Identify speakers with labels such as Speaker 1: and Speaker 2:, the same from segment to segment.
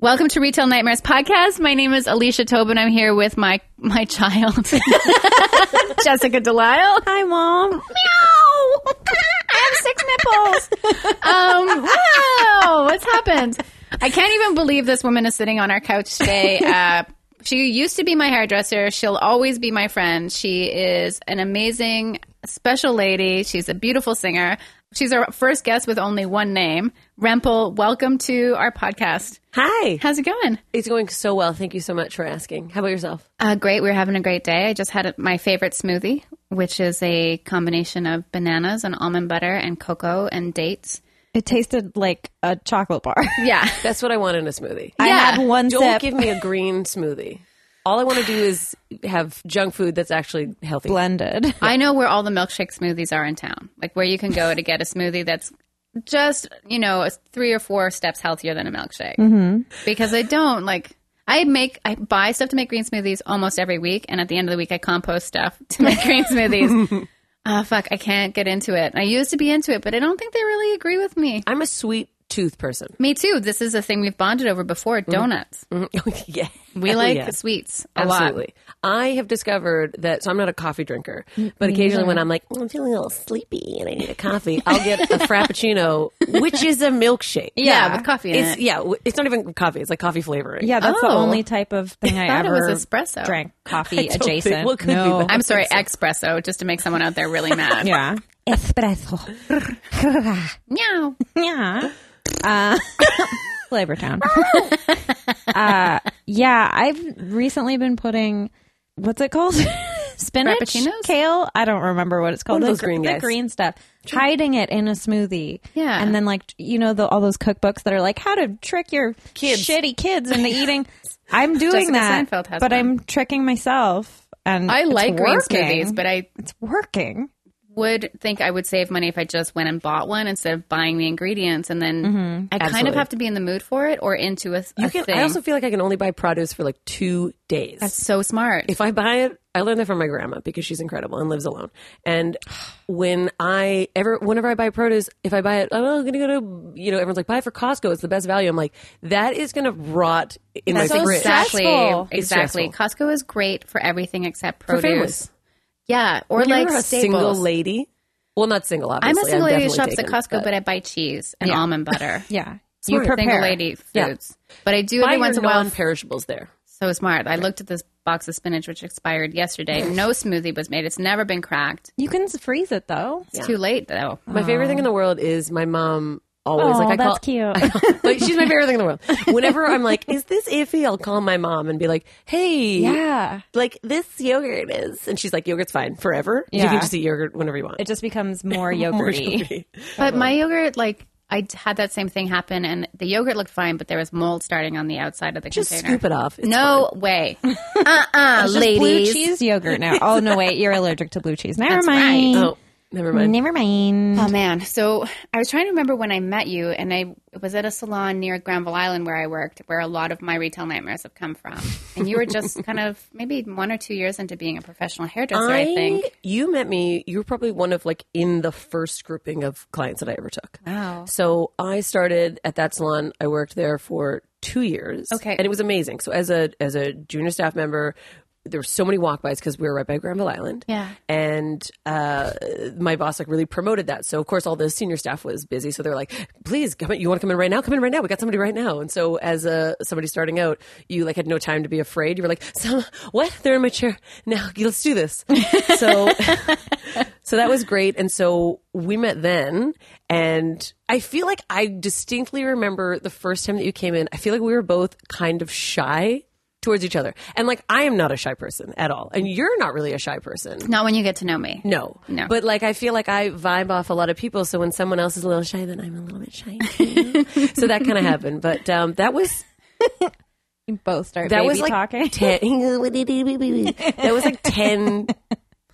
Speaker 1: Welcome to Retail Nightmares podcast. My name is Alicia Tobin. I'm here with my my child, Jessica Delisle.
Speaker 2: Hi, mom.
Speaker 1: Meow. I have six nipples. Um, wow, what's happened? I can't even believe this woman is sitting on our couch today. Uh, she used to be my hairdresser. She'll always be my friend. She is an amazing, special lady. She's a beautiful singer. She's our first guest with only one name. Rempel, welcome to our podcast.
Speaker 2: Hi.
Speaker 1: How's it going?
Speaker 2: It's going so well. Thank you so much for asking. How about yourself?
Speaker 1: Uh, great. We're having a great day. I just had a- my favorite smoothie, which is a combination of bananas and almond butter and cocoa and dates.
Speaker 3: It tasted like a chocolate bar.
Speaker 1: Yeah.
Speaker 2: That's what I want in a smoothie.
Speaker 3: I
Speaker 1: Yeah.
Speaker 3: had one
Speaker 2: Don't
Speaker 3: sip.
Speaker 2: give me a green smoothie. All I want to do is have junk food that's actually healthy.
Speaker 3: blended.
Speaker 1: I know where all the milkshake smoothies are in town, like where you can go to get a smoothie that's just, you know, three or four steps healthier than a milkshake. Mm-hmm. Because I don't like. I make I buy stuff to make green smoothies almost every week, and at the end of the week, I compost stuff to make green smoothies. Oh fuck! I can't get into it. I used to be into it, but I don't think they really agree with me.
Speaker 2: I'm a sweet tooth person.
Speaker 1: Me too. This is a thing we've bonded over before. Donuts.
Speaker 2: Mhm. yeah.
Speaker 1: We
Speaker 2: Mm-hmm. Hell
Speaker 1: like
Speaker 2: yeah.
Speaker 1: sweets a lot.
Speaker 2: Absolutely. I have discovered that, so I'm not a coffee drinker, but occasionally when I'm like, "Oh, I'm feeling a little sleepy and I need a coffee, I'll get a Frappuccino, which is a milkshake.
Speaker 1: Yeah, with coffee in
Speaker 2: It's,
Speaker 1: it.
Speaker 2: yeah, w- it's not even coffee. It's like coffee flavoring.
Speaker 3: Yeah, that's the
Speaker 1: Oh.
Speaker 3: only type of thing I,
Speaker 1: thought it
Speaker 3: ever
Speaker 1: was espresso.
Speaker 3: drank coffee
Speaker 2: don't
Speaker 3: adjacent.
Speaker 2: think- what could be
Speaker 3: no.
Speaker 2: that?
Speaker 1: I'm sorry, espresso, just to make someone out there really mad.
Speaker 3: yeah. Espresso.
Speaker 1: Meow.
Speaker 3: Yeah. Uh, Flavortown. uh, yeah, I've recently been putting what's it called? Spinach,
Speaker 1: Frappuccinos?
Speaker 3: kale. I don't remember what it's
Speaker 2: One
Speaker 3: called.
Speaker 2: of
Speaker 3: The
Speaker 2: those
Speaker 3: gr-
Speaker 2: green
Speaker 3: the
Speaker 2: guys.
Speaker 3: green stuff. Hiding it in a smoothie.
Speaker 1: Yeah.
Speaker 3: and then like you know the, all those cookbooks that are like how to trick your
Speaker 2: Kids.
Speaker 3: shitty kids into eating. I'm
Speaker 1: Jessica
Speaker 3: doing that,
Speaker 1: Seinfeld has
Speaker 3: but
Speaker 1: one.
Speaker 3: I'm tricking myself. And
Speaker 1: I
Speaker 3: it's
Speaker 1: like green
Speaker 3: working.
Speaker 1: smoothies, but I
Speaker 3: it's working.
Speaker 1: would think I would save money if I just went and bought one instead of buying the ingredients. And then I kind of
Speaker 2: Mm-hmm. Absolutely.
Speaker 1: have to be in the mood for it or into a, a
Speaker 2: You can,
Speaker 1: thing.
Speaker 2: I also feel like I can only buy produce for like two days.
Speaker 1: That's so smart.
Speaker 2: if I buy it, I learned that from my grandma because she's incredible and lives alone. And when I ever, whenever I buy produce, if I buy it, oh, I'm going to go to, you know, everyone's like, buy it for Costco. It's the best value. I'm like, that is going to rot in
Speaker 1: That's
Speaker 2: my
Speaker 1: so
Speaker 2: fridge.
Speaker 1: exactly
Speaker 3: stressful.
Speaker 2: It's
Speaker 1: exactly. Costco is great for everything except
Speaker 2: For
Speaker 1: produce.
Speaker 2: families.
Speaker 1: Yeah, or
Speaker 2: You're
Speaker 1: like
Speaker 2: a
Speaker 1: staples.
Speaker 2: single lady. Well, not single,
Speaker 1: I'm
Speaker 2: obviously.
Speaker 1: a single lady who
Speaker 2: definitely
Speaker 1: shops
Speaker 2: taken,
Speaker 1: at Costco, but, I buy cheese and almond butter.
Speaker 3: Yeah,
Speaker 1: You
Speaker 3: you prepare.
Speaker 1: single lady foods, but I do every
Speaker 2: buy
Speaker 1: once
Speaker 2: your
Speaker 1: in a while.
Speaker 2: non-perishables there.
Speaker 1: So smart. I looked at this box of spinach which expired yesterday. No smoothie was made. It's never been cracked.
Speaker 3: You can freeze it though.
Speaker 1: It's too late though.
Speaker 2: My favorite thing in the world is my mom always
Speaker 3: Oh,
Speaker 2: like I
Speaker 3: that's
Speaker 2: call,
Speaker 3: cute.
Speaker 2: like she's my favorite thing in the world. Whenever I'm like, is this iffy? I'll call my mom and be like, hey,
Speaker 3: Yeah,
Speaker 2: like this yogurt is, and she's like, yogurt's fine forever. You
Speaker 3: Yeah.
Speaker 2: can just eat yogurt whenever you want.
Speaker 3: it just becomes more yogurty.
Speaker 1: But my yogurt, like I d- had that same thing happen, and the yogurt looked fine, but there was mold starting on the outside of the
Speaker 2: Just
Speaker 1: container.
Speaker 2: scoop it off. It's
Speaker 1: no way, uh, uh
Speaker 3: It's just blue
Speaker 1: ladies.
Speaker 3: cheese yogurt now. Oh no, wait, you're allergic to blue cheese. Never
Speaker 1: That's
Speaker 3: mind.
Speaker 2: fine. Oh, never mind.
Speaker 3: Never mind.
Speaker 1: Oh man! So I was trying to remember when I met you, and I was at a salon near Granville Island where I worked, where a lot of my retail nightmares have come from. And you were just kind of maybe one or two years into being a professional hairdresser, I, think.
Speaker 2: you met me. You were probably one of like in the first grouping of clients that I ever took.
Speaker 1: Wow.
Speaker 2: So I started at that salon. I worked there for two years.
Speaker 1: Okay.
Speaker 2: and it was amazing. So as a as a junior staff member, there were so many walkbys because we were right by Granville Island.
Speaker 1: Yeah.
Speaker 2: and uh, my boss like really promoted that. So of course all the senior staff was busy. So they're like, please come in. You want to come in right now? Come in right now. We got somebody right now. And so as a somebody starting out, you like had no time to be afraid. You were like, Some, what? They're in my chair now. Let's do this. So. So that was great. And so we met then. And I feel like I distinctly remember the first time that you came in. I feel like we were both kind of shy towards each other. And like, I am not a shy person at all. And you're not really a shy person.
Speaker 1: Not when you get to know me.
Speaker 2: No.
Speaker 1: No.
Speaker 2: But like I feel like I vibe off a lot of people, so when someone else is a little shy, then I'm a little bit shy too. so that kind of happened. But um that was
Speaker 3: You both start
Speaker 2: that
Speaker 3: baby
Speaker 2: was like
Speaker 3: talking.
Speaker 2: ten that was like ten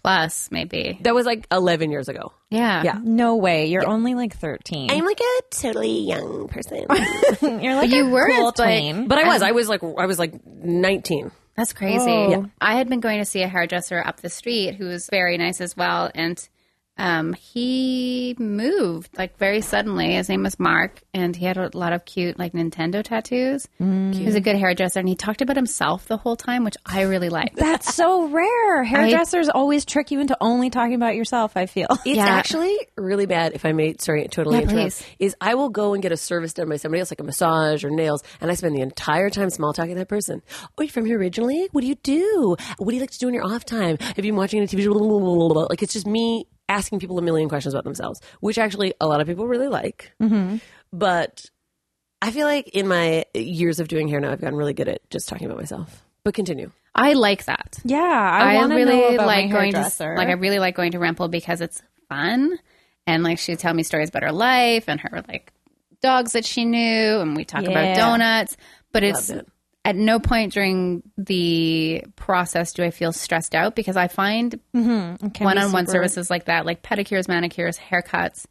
Speaker 1: plus, maybe.
Speaker 2: That was like 11 years ago.
Speaker 1: Yeah.
Speaker 2: Yeah.
Speaker 3: No way. You're only like 13.
Speaker 2: like a totally young person.
Speaker 3: You're like
Speaker 1: You
Speaker 3: a
Speaker 1: were,
Speaker 3: cool
Speaker 1: but-
Speaker 3: tween.
Speaker 2: but I was. I was like I was like 19.
Speaker 1: That's crazy. I had been going to see a hairdresser up the street who was very nice as well. And um, he moved like very suddenly. His name was Mark, and he had a lot of cute like Nintendo tattoos. He was a good hairdresser, and he talked about himself the whole time, which I really liked.
Speaker 3: That's so rare. Hairdressers always trick you into only talking about yourself, I feel.
Speaker 2: It's actually really bad if I may sorry totally
Speaker 1: Yeah,
Speaker 2: interrupt.
Speaker 1: please.
Speaker 2: Is I will go and get a service done by somebody else, like a massage or nails, and I spend the entire time small talking to that person. Oh, you're from here originally? What do you do? What do you like to do in your off time? Have you been watching a TV show? Blah, blah, blah, blah, blah. Like it's just me asking people a million questions about themselves, which actually a lot of people really like. But I feel like in my years of doing hair now, I've gotten really good at just talking about myself. But continue.
Speaker 1: I like that.
Speaker 3: Yeah, I,
Speaker 1: I,
Speaker 3: want to know
Speaker 1: really
Speaker 3: about
Speaker 1: like
Speaker 3: my
Speaker 1: going to
Speaker 3: hairdresser.
Speaker 1: like I really like going to Rempel because it's fun and like she'd tell me stories about her life and her like dogs that she knew and we talk
Speaker 3: Yeah.
Speaker 1: about donuts. But it's
Speaker 2: it.
Speaker 1: at no point during the process do I feel stressed out because I find
Speaker 3: Can be
Speaker 1: one on one
Speaker 3: super-
Speaker 1: services like that, like pedicures, manicures, haircuts,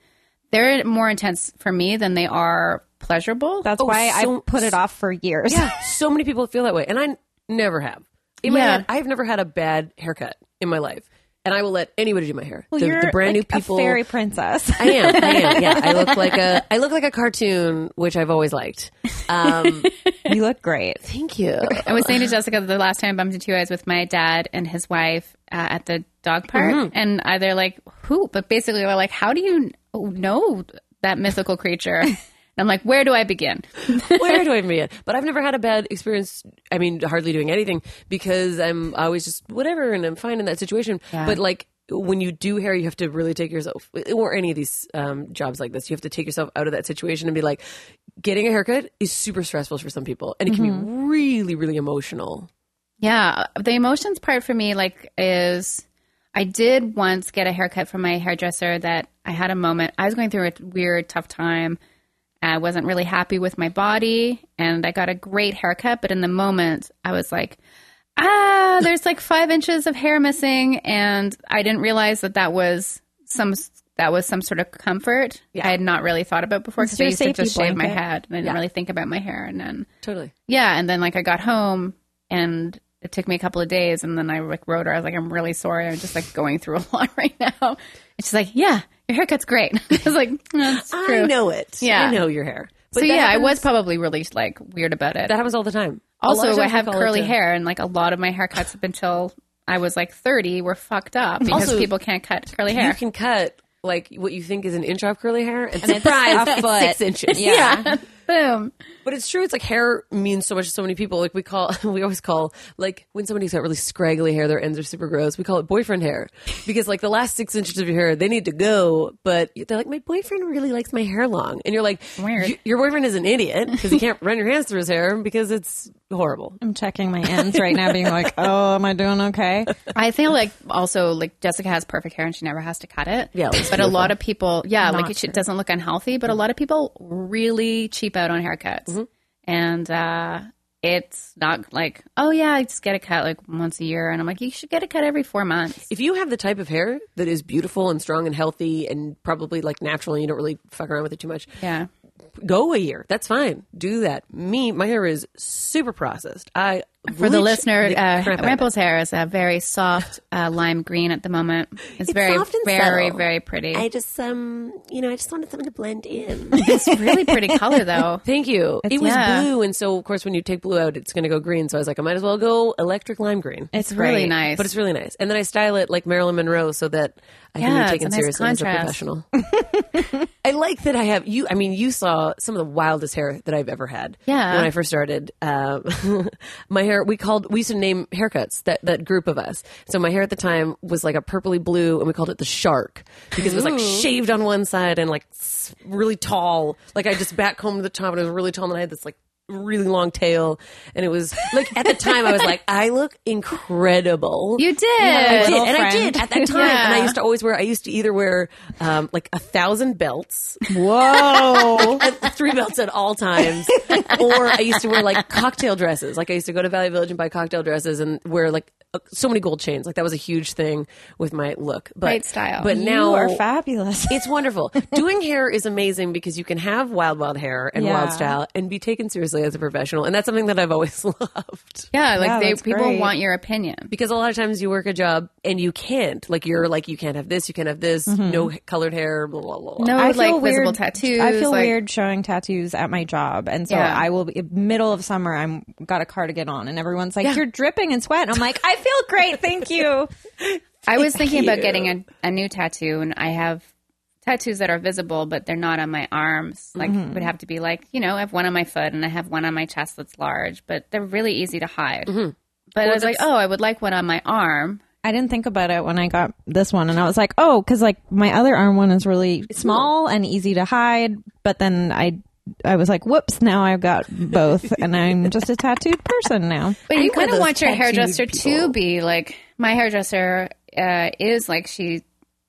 Speaker 1: they're more intense for me than they are pleasurable.
Speaker 3: That's why I
Speaker 2: so-
Speaker 3: put it off for years.
Speaker 2: Yeah, so many people feel that way, and I n- never have. In my
Speaker 1: Yeah.
Speaker 2: head, I've never had a bad haircut in my life, and I will let anybody do my hair.
Speaker 3: Well,
Speaker 2: the,
Speaker 3: you're
Speaker 2: the brand
Speaker 3: like
Speaker 2: new people.
Speaker 3: a fairy princess.
Speaker 2: I am. I am. Yeah, I look like a. I look like a cartoon, which I've always liked. Um,
Speaker 3: you look great.
Speaker 2: thank you.
Speaker 1: I was saying to Jessica the last time I bumped into you, I was with my dad and his wife uh, at the dog park, and uh, they're like, "Who?" But basically, they're like, "How do you know that mythical creature?" and I'm like, "Where do I begin?"
Speaker 2: Where do I even begin? But I've never had a bad experience. I mean, hardly doing anything because I'm always just whatever, and I'm fine in that situation. But like when you do hair, you have to really take yourself, or any of these um, jobs like this, you have to take yourself out of that situation and be like, getting a haircut is super stressful for some people, and it can
Speaker 1: Mm-hmm.
Speaker 2: be really, really emotional.
Speaker 1: Yeah, the emotions part for me like is I did once get a haircut from my hairdresser that I had a moment. I was going through a weird tough time. I wasn't really happy with my body and I got a great haircut, but in the moment I was like, ah, there's like 5 inches of hair missing and I didn't realize that that was some that was some sort of comfort I had not really thought about before because I
Speaker 3: your
Speaker 1: used to
Speaker 3: safety
Speaker 1: just shave my
Speaker 3: blanket.
Speaker 1: head and I didn't really think about my hair and then
Speaker 2: Totally.
Speaker 1: yeah, and then like I got home and it took me a couple of days and then I like wrote her, I was like, I'm really sorry. I'm just like going through a lot right now. And she's like, Yeah, your haircut's great. I was like, That's true.
Speaker 2: know it.
Speaker 1: Yeah.
Speaker 2: I know your hair. But
Speaker 1: So
Speaker 2: that
Speaker 1: yeah, I
Speaker 2: happens-
Speaker 1: was probably really like weird about it.
Speaker 2: That happens all the time. A lot of
Speaker 1: also,
Speaker 2: times
Speaker 1: I
Speaker 2: we
Speaker 1: have
Speaker 2: call it
Speaker 1: curly
Speaker 2: a-
Speaker 1: hair and like a lot of my haircuts up until I was like 30 were fucked up because
Speaker 2: Also,
Speaker 1: people can't cut curly
Speaker 2: You
Speaker 1: hair.
Speaker 2: can cut like what you think is an inch off curly hair, and,
Speaker 3: a
Speaker 2: surprise, it's
Speaker 3: foot.
Speaker 2: six inches.
Speaker 3: Yeah.
Speaker 1: Boom.
Speaker 2: But it's true. It's like hair means so much to so many people. Like we call, we always call, like when somebody's got really scraggly hair, their ends are super gross. We call it boyfriend hair because like the last six inches of your hair, they need to go. But they're like, my boyfriend really likes my hair long, and you're like,
Speaker 1: Weird.
Speaker 2: "You- your boyfriend is an idiot because he can't run your hands through his hair because it's horrible.
Speaker 3: I'm checking my ends right now, being like, oh, am I doing okay?
Speaker 1: I feel like also like Jessica has perfect hair and she never has to cut it.
Speaker 2: Yeah, it looks
Speaker 1: but a lot of people, yeah, like it sh- doesn't look unhealthy. But a lot of people really cheap out on haircuts,
Speaker 2: Mm-hmm.
Speaker 1: and uh, it's not like, oh yeah, I just get a cut like once a year, and I'm like, you should get a cut every four months.
Speaker 2: If you have the type of hair that is beautiful and strong and healthy and probably like natural, and you don't really fuck around with it too much,
Speaker 1: Yeah,
Speaker 2: go a year. That's fine. Do that. Me, my hair is super processed. I
Speaker 1: for the
Speaker 2: bleach
Speaker 1: listener,
Speaker 2: the
Speaker 1: uh,
Speaker 2: crap out of it.
Speaker 1: Rample's hair is a very soft uh, lime green at the moment. It's, very,
Speaker 2: soft and
Speaker 1: very,
Speaker 2: subtle.
Speaker 1: very pretty.
Speaker 2: just um you know I just wanted something to blend in.
Speaker 1: it's really pretty color though.
Speaker 2: Thank you. it was
Speaker 1: yeah.
Speaker 2: blue, and so of course when you take blue out, it's going to go green. So I was like, I might as well go electric lime green.
Speaker 3: It's
Speaker 1: Really
Speaker 3: great.
Speaker 1: nice.
Speaker 2: But it's really nice, and then I style it like Marilyn Monroe, so that I
Speaker 1: Yeah, it's
Speaker 2: can be
Speaker 1: a
Speaker 2: taken
Speaker 1: nice
Speaker 2: seriously
Speaker 1: contrast.
Speaker 2: as a professional. I like that I have you. I mean, you saw some of the wildest hair that I've ever had.
Speaker 1: Yeah.
Speaker 2: When I first started, um, my hair we called we used to name haircuts that that group of us. So my hair at the time was like a purpley blue, and we called it the shark because it was like shaved on one side and like s- really tall. Like I just backcombed the top, and it was really tall, and I had this like really long tail, and it was like at the time I was like, I look incredible.
Speaker 1: You did.
Speaker 2: I did,
Speaker 3: little
Speaker 2: and I
Speaker 3: friend.
Speaker 2: did at that time.
Speaker 1: Yeah.
Speaker 2: And I used to always wear. I used to either wear um, like a thousand belts,
Speaker 3: Whoa.
Speaker 2: three belts at all times, or I used to wear like cocktail dresses. Like I used to go to Valley Village and buy cocktail dresses and wear like uh, so many gold chains. Like that was a huge thing with my look. But
Speaker 1: Great style.
Speaker 2: But
Speaker 1: You
Speaker 2: now
Speaker 3: you are fabulous.
Speaker 2: it's wonderful. Doing hair is amazing because you can have wild, wild hair and
Speaker 3: Yeah.
Speaker 2: wild style and be taken seriously as a professional. And that's something that I've always loved.
Speaker 1: Yeah, like
Speaker 3: Yeah,
Speaker 1: they
Speaker 3: that's
Speaker 1: people
Speaker 3: great.
Speaker 1: want your opinion.
Speaker 2: Because a lot of times you work a job and you can't. Like you're like, you can't have this, you can't have this, no h- colored hair, blah, blah, blah.
Speaker 1: Mm-hmm. No,
Speaker 3: I
Speaker 1: like
Speaker 3: feel weird,
Speaker 1: visible tattoos.
Speaker 3: I feel
Speaker 1: like,
Speaker 3: weird showing tattoos at my job, and so
Speaker 1: Yeah.
Speaker 3: I will be middle of summer. I'm got a cardigan on, and everyone's like, "You're dripping in sweat." And I'm like, "I feel great, thank you."
Speaker 1: I was thinking about
Speaker 2: you.
Speaker 1: getting a, a new tattoo, and I have tattoos that are visible, but they're not on my arms. Like, it would have to be like, you know, I have one on my foot and I have one on my chest that's large, but they're really easy to hide. But I was like, oh, I would like one on my arm.
Speaker 3: I didn't think about it when I got this one, and I was like, "Oh, because like my other arm one is really small and easy to hide." But then I, I was like, "Whoops!" Now I've got both, and I'm just a tattooed person now.
Speaker 1: But you
Speaker 2: one
Speaker 1: kind
Speaker 2: of
Speaker 1: of
Speaker 2: those
Speaker 1: want your
Speaker 2: tattooed
Speaker 1: hairdresser
Speaker 2: people.
Speaker 1: to be like my hairdresser uh, is like she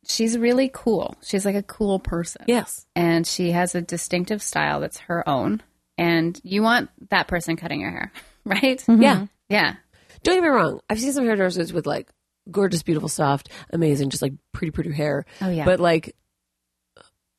Speaker 1: she's really cool. She's like a cool person.
Speaker 2: Yes.
Speaker 1: And she has a distinctive style that's her own. And you want that person cutting your hair, right?
Speaker 2: Yeah.
Speaker 1: Yeah.
Speaker 2: Don't get me wrong. I've seen some hairdressers with like gorgeous, beautiful, soft, amazing, just like pretty, pretty hair.
Speaker 1: Oh, yeah.
Speaker 2: But like,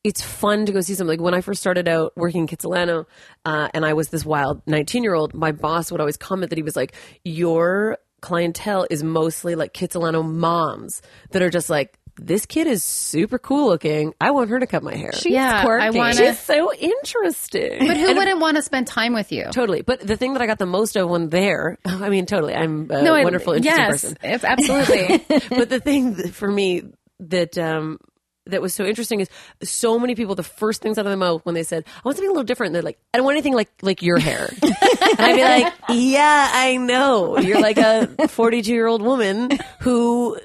Speaker 2: it's fun to go see something. Like when I first started out working in Kitsilano, uh, and I was this wild 19 year old, my boss would always comment that he was like, Your clientele is mostly like Kitsilano moms that are just like, this kid is super cool looking. I want her to cut my hair. She's
Speaker 1: yeah. I
Speaker 3: quirky.
Speaker 1: want to.
Speaker 2: She's so interesting.
Speaker 1: But who wouldn't want to spend time with you?
Speaker 2: Totally. But the thing that I got the most of when there, I mean, totally. I'm a
Speaker 1: I-
Speaker 2: wonderful, interesting
Speaker 1: yes,
Speaker 2: person.
Speaker 1: Yes, absolutely.
Speaker 2: but the thing that, for me that um that was so interesting is so many people the first things out of their mouth when they said I want something a little different they're like I don't want anything like like your hair and I'd be like yeah I know you're like a 42 year old woman who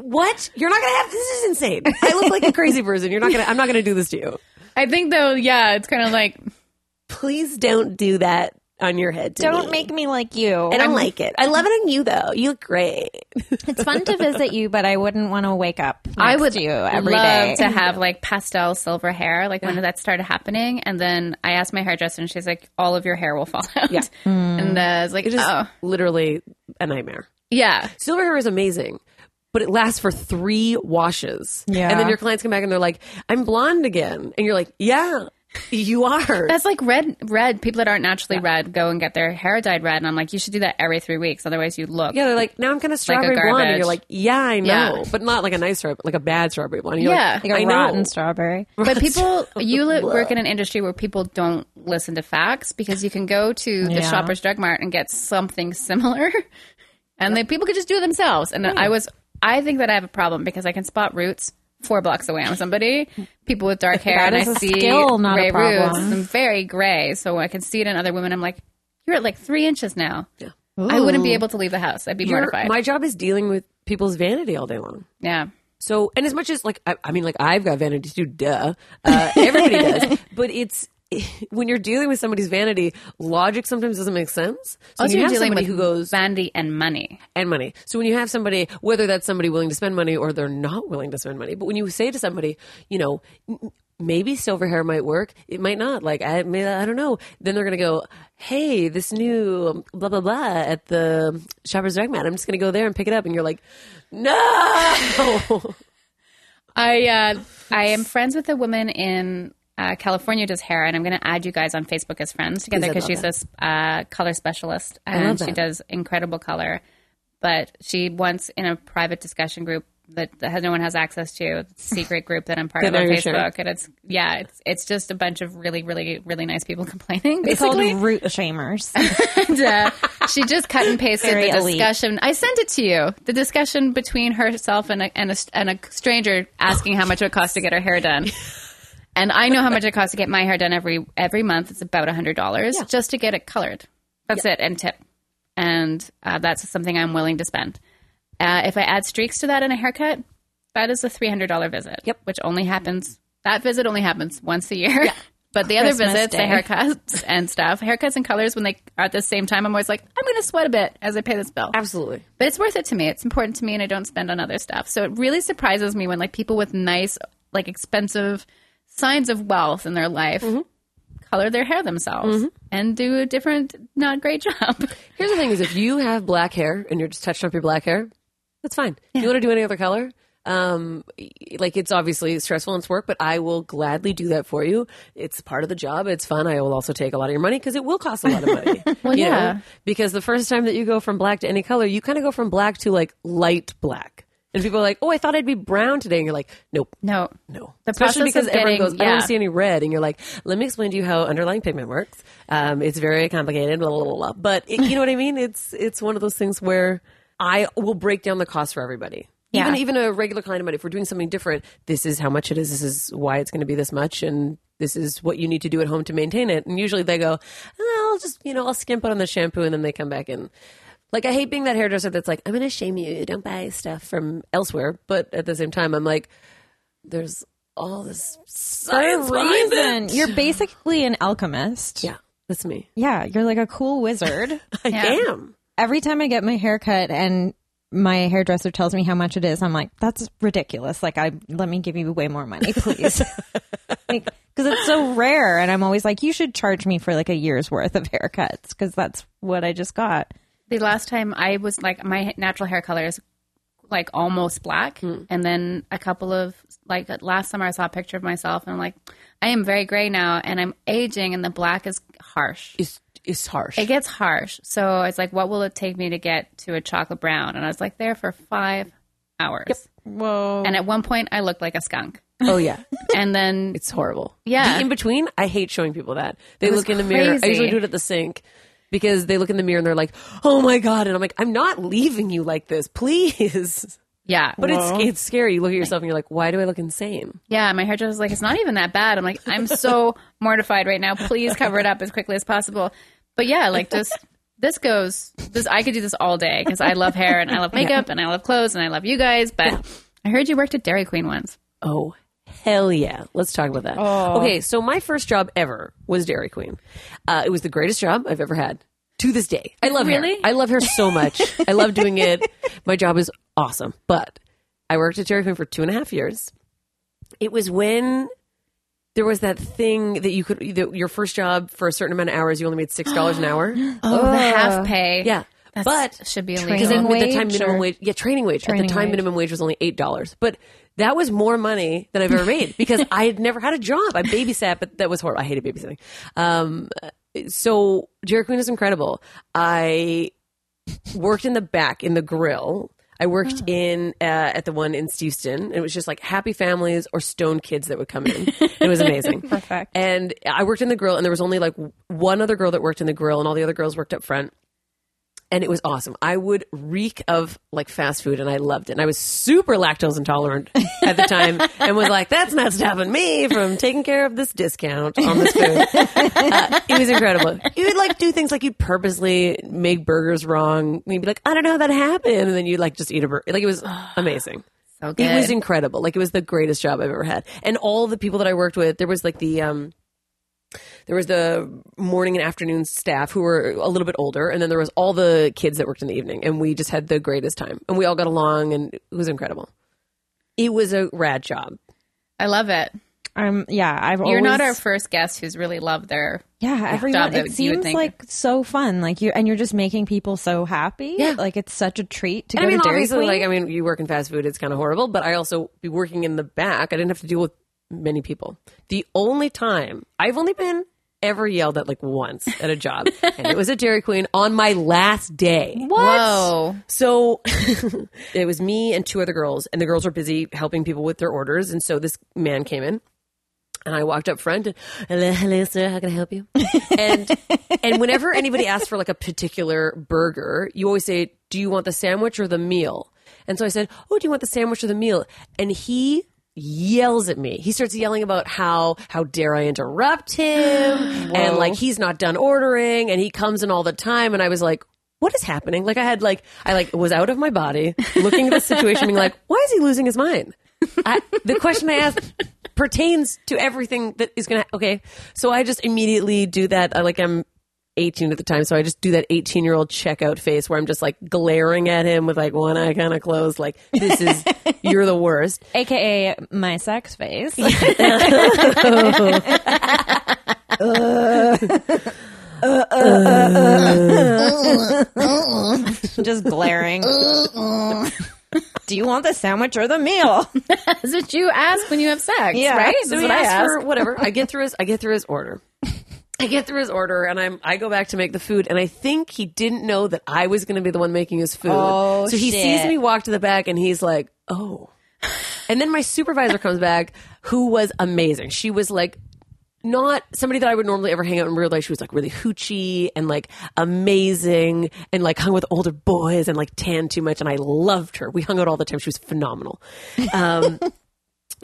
Speaker 2: what you're not gonna have this is insane I look like a crazy person you're not gonna I'm not gonna do this to you
Speaker 1: I think though, yeah, it's kind of like
Speaker 2: please don't do that on your head to
Speaker 3: Don't
Speaker 2: me.
Speaker 3: make me like you.
Speaker 2: I don't like it I love it on you though you look great
Speaker 3: It's fun to visit you, but I wouldn't want to wake up. Next
Speaker 1: I would
Speaker 3: to you every
Speaker 1: love
Speaker 3: day.
Speaker 1: to have like pastel silver hair. Like when that started happening, and then I asked my hairdresser, and she's like, "All of your hair will fall out." Yeah, and uh, I was like,
Speaker 2: it is
Speaker 1: "Oh,
Speaker 2: literally a nightmare
Speaker 1: yeah."
Speaker 2: silver hair is amazing but it lasts for three washes
Speaker 3: Yeah.
Speaker 2: and then your clients come back and they're like i'm blonde again and you're like yeah you are
Speaker 1: That's like red. Red people that aren't naturally red go and get their hair dyed red, and I'm like, you should do that every three weeks, otherwise you look.
Speaker 2: yeah, they're like, now I'm kind of strawberry blonde. And
Speaker 1: garbage.
Speaker 2: you're like, yeah, I know.
Speaker 1: Yeah.
Speaker 2: But not like a nice strawberry, like a bad strawberry blonde. You're
Speaker 1: Yeah.
Speaker 2: like,
Speaker 3: like a
Speaker 2: I know.
Speaker 3: rotten strawberry.
Speaker 1: But people, you li- work in an industry where people don't listen to facts because you can go to the
Speaker 3: Yeah.
Speaker 1: Shoppers Drug Mart and get something similar, and then people could just do it themselves. And I was, I think that I have a problem because I can spot roots four blocks away on somebody. People with dark hair,
Speaker 3: That
Speaker 1: and
Speaker 3: is
Speaker 1: I
Speaker 3: a
Speaker 1: see
Speaker 3: skill, not a
Speaker 1: gray
Speaker 3: problem.
Speaker 1: roots. I'm very gray, so I can see it in other women. I'm like, you're at like three inches now. I wouldn't be able to leave the house. I'd be
Speaker 2: You're-
Speaker 1: mortified.
Speaker 2: my job is dealing with people's vanity all day long.
Speaker 1: yeah.
Speaker 2: So, and as much as like, I, I mean, like I've got vanity too, duh. Uh, everybody does. But it's when you're dealing with somebody's vanity, logic sometimes doesn't make sense. So when
Speaker 1: Also,
Speaker 2: you
Speaker 1: you're
Speaker 2: have
Speaker 1: dealing
Speaker 2: somebody
Speaker 1: with
Speaker 2: who goes,
Speaker 1: vanity and money.
Speaker 2: and money. So when you have somebody, whether that's somebody willing to spend money or they're not willing to spend money, but when you say to somebody, you know, "M- m- maybe silver hair might work, it might not. Like I, may- I don't know. Then they're gonna go, hey, this new um, blah blah blah at the Shoppers Drug Mart. I'm just gonna go there and pick it up. And you're like, no.
Speaker 1: I uh, I am friends with a woman in uh, California who does hair, and I'm going to add you guys on Facebook as friends together
Speaker 2: I'd
Speaker 1: because
Speaker 2: love
Speaker 1: she's a s- uh, color specialist and
Speaker 2: love
Speaker 1: she
Speaker 2: that.
Speaker 1: does incredible color. But she once in a private discussion group that, that has- no one has access to, it's a secret group that I'm part of
Speaker 2: now
Speaker 1: on
Speaker 2: you're sharing.
Speaker 1: Facebook, and it's yeah, it's it's just a bunch of really really really nice people complaining.
Speaker 3: It's called
Speaker 1: Basically,
Speaker 3: root shamers.
Speaker 1: and, uh, she just cut and pasted
Speaker 3: Very
Speaker 1: the
Speaker 3: elite.
Speaker 1: discussion. I sent it to you. The discussion between herself and a, and a, and a stranger asking how much it costs to get her hair done. And I know how much it costs to get my hair done every every month. It's about hundred dollars just to get it colored. That's it, and tip. And uh, that's something I'm willing to spend. Uh, if I add streaks to that and a haircut, that is a three hundred dollar visit. Yep, which only happens. That visit only happens once a year. But the other
Speaker 3: Christmas
Speaker 1: visits,
Speaker 3: Day.
Speaker 1: the haircuts and stuff, haircuts and colors when they are at the same time, I'm always like, I'm going to sweat a bit as I pay this bill.
Speaker 2: Absolutely.
Speaker 1: But it's worth it to me. It's important to me, and I don't spend on other stuff. So it really surprises me when like people with nice, like expensive signs of wealth in their life
Speaker 3: Mm-hmm.
Speaker 1: color their hair themselves and do a different, not great job.
Speaker 2: Here's the thing: is if you have black hair and you're just touching up your black hair, that's fine. If you want to do any other color, um, y- like it's obviously stressful and it's work, but I will gladly do that for you. It's part of the job. It's fun. I will also take a lot of your money because it will cost a lot of money. well,
Speaker 1: yeah.
Speaker 2: because the first time that you go from black to any color, you kind of go from black to like light black, and people are like, "Oh, I thought I'd be brown today," and you're like, "Nope."
Speaker 1: No,
Speaker 2: No,
Speaker 1: The process
Speaker 2: especially because
Speaker 1: of
Speaker 2: everyone
Speaker 1: getting-
Speaker 2: goes, "I don't
Speaker 1: yeah.
Speaker 2: want to see any red," and you're like, "Let me explain to you how underlying pigment works. Um, it's very complicated, blah blah blah." blah. But it, you know what I mean? It's it's one of those things where I will break down the cost for everybody.
Speaker 1: Yeah.
Speaker 2: Even even a regular client of mine, if we're doing something different, this is how much it is. This is why it's going to be this much, and this is what you need to do at home to maintain it. And usually they go, "Oh, "I'll just you know I'll skimp out on the shampoo," and then they come back and. Like I hate being that hairdresser that's like, I'm gonna shame you, don't buy stuff from elsewhere. But at the same time, I'm like, there's all this science behind
Speaker 3: Reason.
Speaker 2: it.
Speaker 3: You're basically an alchemist.
Speaker 2: yeah, that's me.
Speaker 3: Yeah, you're like a cool wizard.
Speaker 2: I
Speaker 1: Yeah.
Speaker 2: am.
Speaker 3: Every time I get my hair cut and my hairdresser tells me how much it is, I'm like, that's ridiculous. Like, I let me give you way more money, please. Like 'cause because it's so rare, and I'm always like, you should charge me for like a year's worth of haircuts because that's what I just got.
Speaker 1: the last time I was like my natural hair color is like almost black, and then a couple of like last summer I saw a picture of myself and I'm like, I am very gray now, and I'm aging, and the black is harsh.
Speaker 2: It's it's harsh.
Speaker 1: It gets harsh. So it's like, what will it take me to get to a chocolate brown? And I was like there for five hours.
Speaker 3: Whoa.
Speaker 1: And at one point, I looked like a skunk.
Speaker 2: oh yeah,
Speaker 1: And then
Speaker 2: it's horrible.
Speaker 1: Yeah.
Speaker 2: The in between, I hate showing people that they
Speaker 1: It was
Speaker 2: look in the mirror. I usually
Speaker 1: crazy.
Speaker 2: do it at the sink because they look in the mirror and they're like, "Oh my god," and I'm like, "I'm not leaving you like this, please."
Speaker 1: yeah,
Speaker 2: But it's it's scary. You look at yourself and you're like, "Why do I look insane?"
Speaker 1: yeah, my hairdresser was like, it's not even that bad. I'm like, I'm so mortified right now. Please cover it up as quickly as possible. But yeah, like just this goes. This I could do this all day because I love hair and I love makeup and I love clothes and I love you guys. But I heard you worked at Dairy Queen once.
Speaker 2: Oh, hell yeah. Let's talk about that. Okay, so my first job ever was Dairy Queen. Uh, it was the greatest job I've ever had to this day. I love her.
Speaker 1: Really?
Speaker 2: I love her so much. I love doing it. My job is awesome. But I worked at Dairy Queen for two and a half years. It was when there was that thing that you could, that your first job for a certain amount of hours, you only made $6 an hour.
Speaker 1: Oh, the half pay.
Speaker 2: Yeah.
Speaker 1: That's,
Speaker 2: but
Speaker 1: but should be illegal.
Speaker 3: training.
Speaker 2: because then with the time
Speaker 3: wage
Speaker 2: minimum
Speaker 3: or-
Speaker 2: wage, yeah, training wage. At
Speaker 3: Training
Speaker 2: the time,
Speaker 3: wage.
Speaker 2: minimum wage was only eight dollars, but that was more money than I've ever made because I had never had a job. I babysat, but that was horrible. I hated babysitting. Um, so Dairy Queen is incredible. I worked in the back in the grill. I
Speaker 3: Oh.
Speaker 2: worked in uh, at the one in Steveston. It was just like happy families or stoned kids that would come in. It was amazing.
Speaker 3: Perfect.
Speaker 2: And I worked in the grill, and there was only like one other girl that worked in the grill, and all the other girls worked up front and it was awesome. I would reek of like fast food, and I loved it. And I was super lactose intolerant at the time, and was like, "That's not stopping me from taking care of this discount on this food." Uh, it was incredible. You would like do things like you'd purposely make burgers wrong. And you'd be like, "I don't know how that happened," and then you'd like just eat a burger. Like it was amazing.
Speaker 1: so good.
Speaker 2: It was incredible. Like it was the greatest job I've ever had. And all the people that I worked with, there was like the um there was the morning and afternoon staff who were a little bit older and then there was all the kids that worked in the evening and we just had the greatest time. And we all got along and it was incredible. It was a rad job.
Speaker 1: I love it.
Speaker 3: I'm yeah. I've
Speaker 1: You're not
Speaker 3: always-
Speaker 1: our first guest who's really loved their
Speaker 3: Yeah, everyone.
Speaker 1: job that
Speaker 3: It
Speaker 1: you would
Speaker 3: seems
Speaker 1: think.
Speaker 3: like so fun. Like you and you're just making people so happy.
Speaker 2: Yeah.
Speaker 3: like it's such a treat to
Speaker 2: And
Speaker 3: go
Speaker 2: I mean
Speaker 3: to Dairy
Speaker 2: obviously
Speaker 3: Queen.
Speaker 2: like I mean you work in fast food it's kind of horrible, but I also be working in the back. I didn't have to deal with many people. The only time I've only been ever yelled at like once at a job and it was at Dairy Queen on my last day.
Speaker 1: Whoa.
Speaker 2: So it was me and two other girls, and the girls were busy helping people with their orders. And so this man came in, and I walked up front and, hello, hello, sir, how can I help you? And and whenever anybody asks for like a particular burger, you always say, do you want the sandwich or the meal? And so I said, oh, do you want the sandwich or the meal? And he yells at me. He starts yelling about how how dare I interrupt him and like he's not done ordering and he comes in all the time and I was like what is happening? Like I had like I like was out of my body looking at the situation being like why is he losing his mind? I, the question I asked pertains to everything that is going to. Okay, so I just immediately do that. I like I'm 18 at the time, so I just do that 18 year old checkout face where I'm just like glaring at him with like one eye kind of closed, like this is you're the worst.
Speaker 3: AKA my sex face. Just glaring. Do you want the sandwich or the meal?
Speaker 1: That's what you ask when you have sex,
Speaker 3: Yeah.
Speaker 1: right? That's
Speaker 3: So
Speaker 2: So he
Speaker 1: what I
Speaker 2: asks
Speaker 1: ask.
Speaker 2: for whatever. I get through his. I get through his order. I get through his order, and I'm. I go back to make the food, and I think he didn't know that I was going to be the one making his food.
Speaker 3: Oh,
Speaker 2: so he
Speaker 3: shit.
Speaker 2: sees me walk to the back, and he's like, "Oh." And then my supervisor comes back, who was amazing. She was like. Not somebody that I would normally ever hang out in real life. She was like really hoochy and like amazing and like hung with older boys and like tan too much. And I loved her. We hung out all the time. She was phenomenal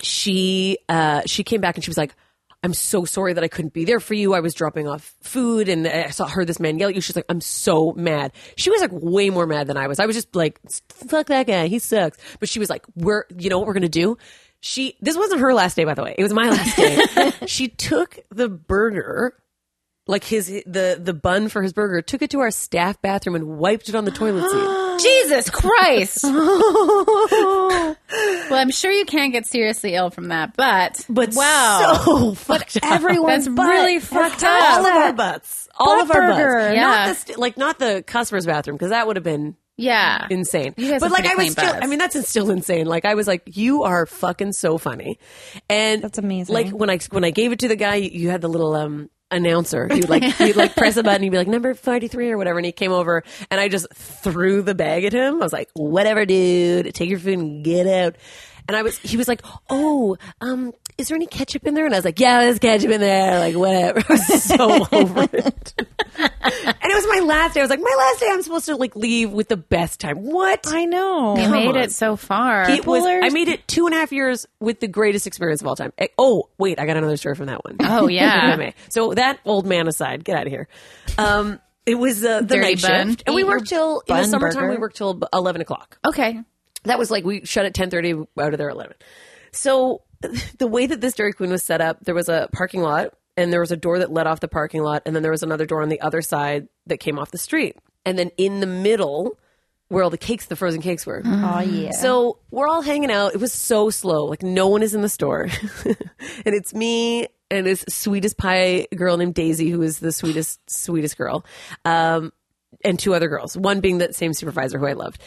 Speaker 2: she uh, she came back and she was like, "I'm so sorry that I couldn't be there for you. I was dropping off food, and I saw her this man yell at you." She's like, "I'm so mad." She was like way more mad than I was. I was just like, "Fuck that guy, he sucks." But she was like, "We're you know what we're gonna do." She this wasn't her last day by the way. It was my last day. she took the burger. Like his the the bun for his burger took it to our staff bathroom and wiped it on the toilet seat.
Speaker 1: Jesus Christ. well, I'm sure you can't get seriously ill from that, but
Speaker 2: But
Speaker 1: wow,
Speaker 2: so fucked up.
Speaker 1: that's really fucked
Speaker 2: all
Speaker 1: up.
Speaker 2: of our butts, all
Speaker 3: Butt
Speaker 2: of our
Speaker 3: burger.
Speaker 2: butts. Not
Speaker 1: Yeah.
Speaker 2: the st- like not the customer's bathroom because that would have been
Speaker 1: Yeah,
Speaker 2: insane.
Speaker 1: You guys
Speaker 2: but
Speaker 1: have
Speaker 2: like I
Speaker 1: pretty
Speaker 2: was
Speaker 1: clean
Speaker 2: still,
Speaker 1: butts.
Speaker 2: I mean that's still insane. Like I was like, you are fucking so funny, and
Speaker 3: That's amazing.
Speaker 2: Like when I when I gave it to the guy, you, you had the little um announcer. You'd like you'd like press a button, you'd be like number forty three or whatever, and he came over and I just threw the bag at him. I was like, whatever, dude, take your food and get out. And I was, he was like, "Oh, um, is there any ketchup in there?" And I was like, "Yeah, there's ketchup in there." Like, whatever. I was so over it. And it was my last day. I was like, my last day. I'm supposed to like leave with the best time. What?
Speaker 3: I know.
Speaker 1: you made
Speaker 2: on.
Speaker 1: it so far.
Speaker 2: it was.
Speaker 3: Bullard.
Speaker 2: I made it two and a half years with the greatest experience of all time. Eh, Oh, wait, I got another story from that one.
Speaker 1: Oh, yeah.
Speaker 2: If I may. so that old man aside, get out of here. Um, it was uh, the
Speaker 1: Dirty
Speaker 2: night
Speaker 1: bun.
Speaker 2: shift, and we
Speaker 1: Eat your
Speaker 2: worked till in the
Speaker 3: bun
Speaker 2: summertime.
Speaker 3: burger.
Speaker 2: We worked till b- eleven o'clock.
Speaker 1: okay.
Speaker 2: That was like we shut at ten thirty. Out of there at eleven. So the way that this Dairy Queen was set up, there was a parking lot, and there was a door that led off the parking lot, and then there was another door on the other side that came off the street, and then in the middle where all the cakes, the frozen cakes were.
Speaker 3: Oh yeah.
Speaker 2: So we're all hanging out. It was so slow. Like no one is in the store. and it's me and this sweetest pie girl named Daisy, who is the sweetest, sweetest girl. Um, and two other girls, one being that same supervisor who I loved.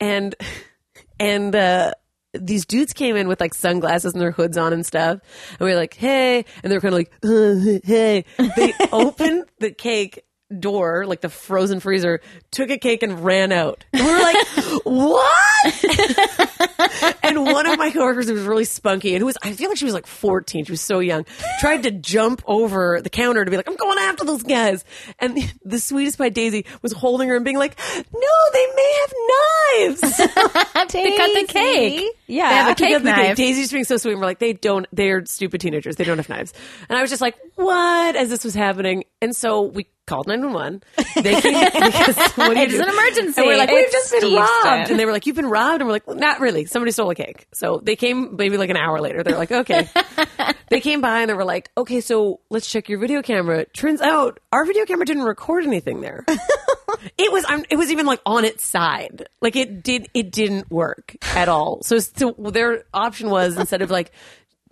Speaker 2: And and uh these dudes came in with like sunglasses and their hoods on and stuff. And we were like, hey. And they were kind of like, uh, hey. They opened the cake door, like the frozen freezer, took a cake and ran out. And we were like, what? and one of my coworkers who was really spunky and who was I feel like she was like 14 she was so young tried to jump over the counter to be like I'm going after those guys and the, the sweetest pie Daisy was holding her and being like no they may have knives
Speaker 3: they
Speaker 1: cut the cake.
Speaker 3: Yeah.
Speaker 1: They have a
Speaker 2: They
Speaker 1: cake
Speaker 2: got the
Speaker 1: knife.
Speaker 2: Daisy's being so sweet and we're like they don't they're stupid teenagers they don't have knives and I was just like what as this was happening and so we called 911 they came because what do you
Speaker 1: It's
Speaker 2: do?
Speaker 1: an emergency.
Speaker 2: And we're like, we've
Speaker 1: It's
Speaker 2: just been
Speaker 3: Steve's
Speaker 2: robbed.
Speaker 3: dead.
Speaker 2: And they were like, you've been robbed? And we're like, not really. Somebody stole a cake. So they came maybe like an hour later. They're like, okay. they came by and they were like, okay, so let's check your video camera. Turns out our video camera didn't record anything there. it was I'm, it was even like on its side. Like it did it didn't work at all. So, so their option was instead of like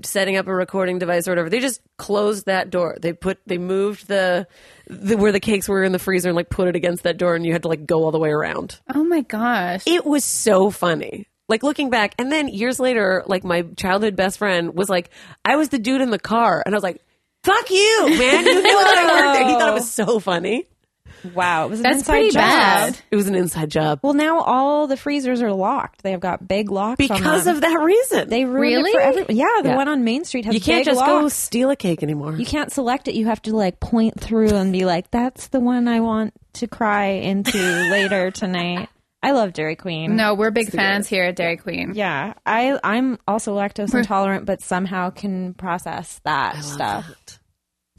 Speaker 2: setting up a recording device or whatever, they just closed that door. They put they moved the, the where the cakes were in the freezer and like put it against that door and you had to like go all the way around
Speaker 1: Oh my gosh.
Speaker 2: it was so funny. Like looking back, and then years later, like my childhood best friend was like, I was the dude in the car, and I was like, "Fuck you, man! You knew that I worked there." He thought it was so funny.
Speaker 3: Wow. It was an
Speaker 1: That's
Speaker 3: inside
Speaker 1: pretty
Speaker 3: job.
Speaker 1: bad.
Speaker 2: It was an inside job
Speaker 3: Well, now all the freezers are locked. They have got big locks on
Speaker 2: because
Speaker 3: them.
Speaker 2: of that reason.
Speaker 3: they ruined
Speaker 1: Really?
Speaker 3: it for everyone. Yeah, the
Speaker 2: Yeah.
Speaker 3: one on Main Street has
Speaker 2: you can't
Speaker 3: big
Speaker 2: just go
Speaker 3: locks.
Speaker 2: steal a cake anymore.
Speaker 3: You can't select it. You have to like point through and be like, "That's the one I want to cry into later tonight." I love Dairy Queen.
Speaker 1: No, we're big fans here at Dairy Queen.
Speaker 3: Yeah, I I'm also lactose intolerant, but somehow can process that stuff.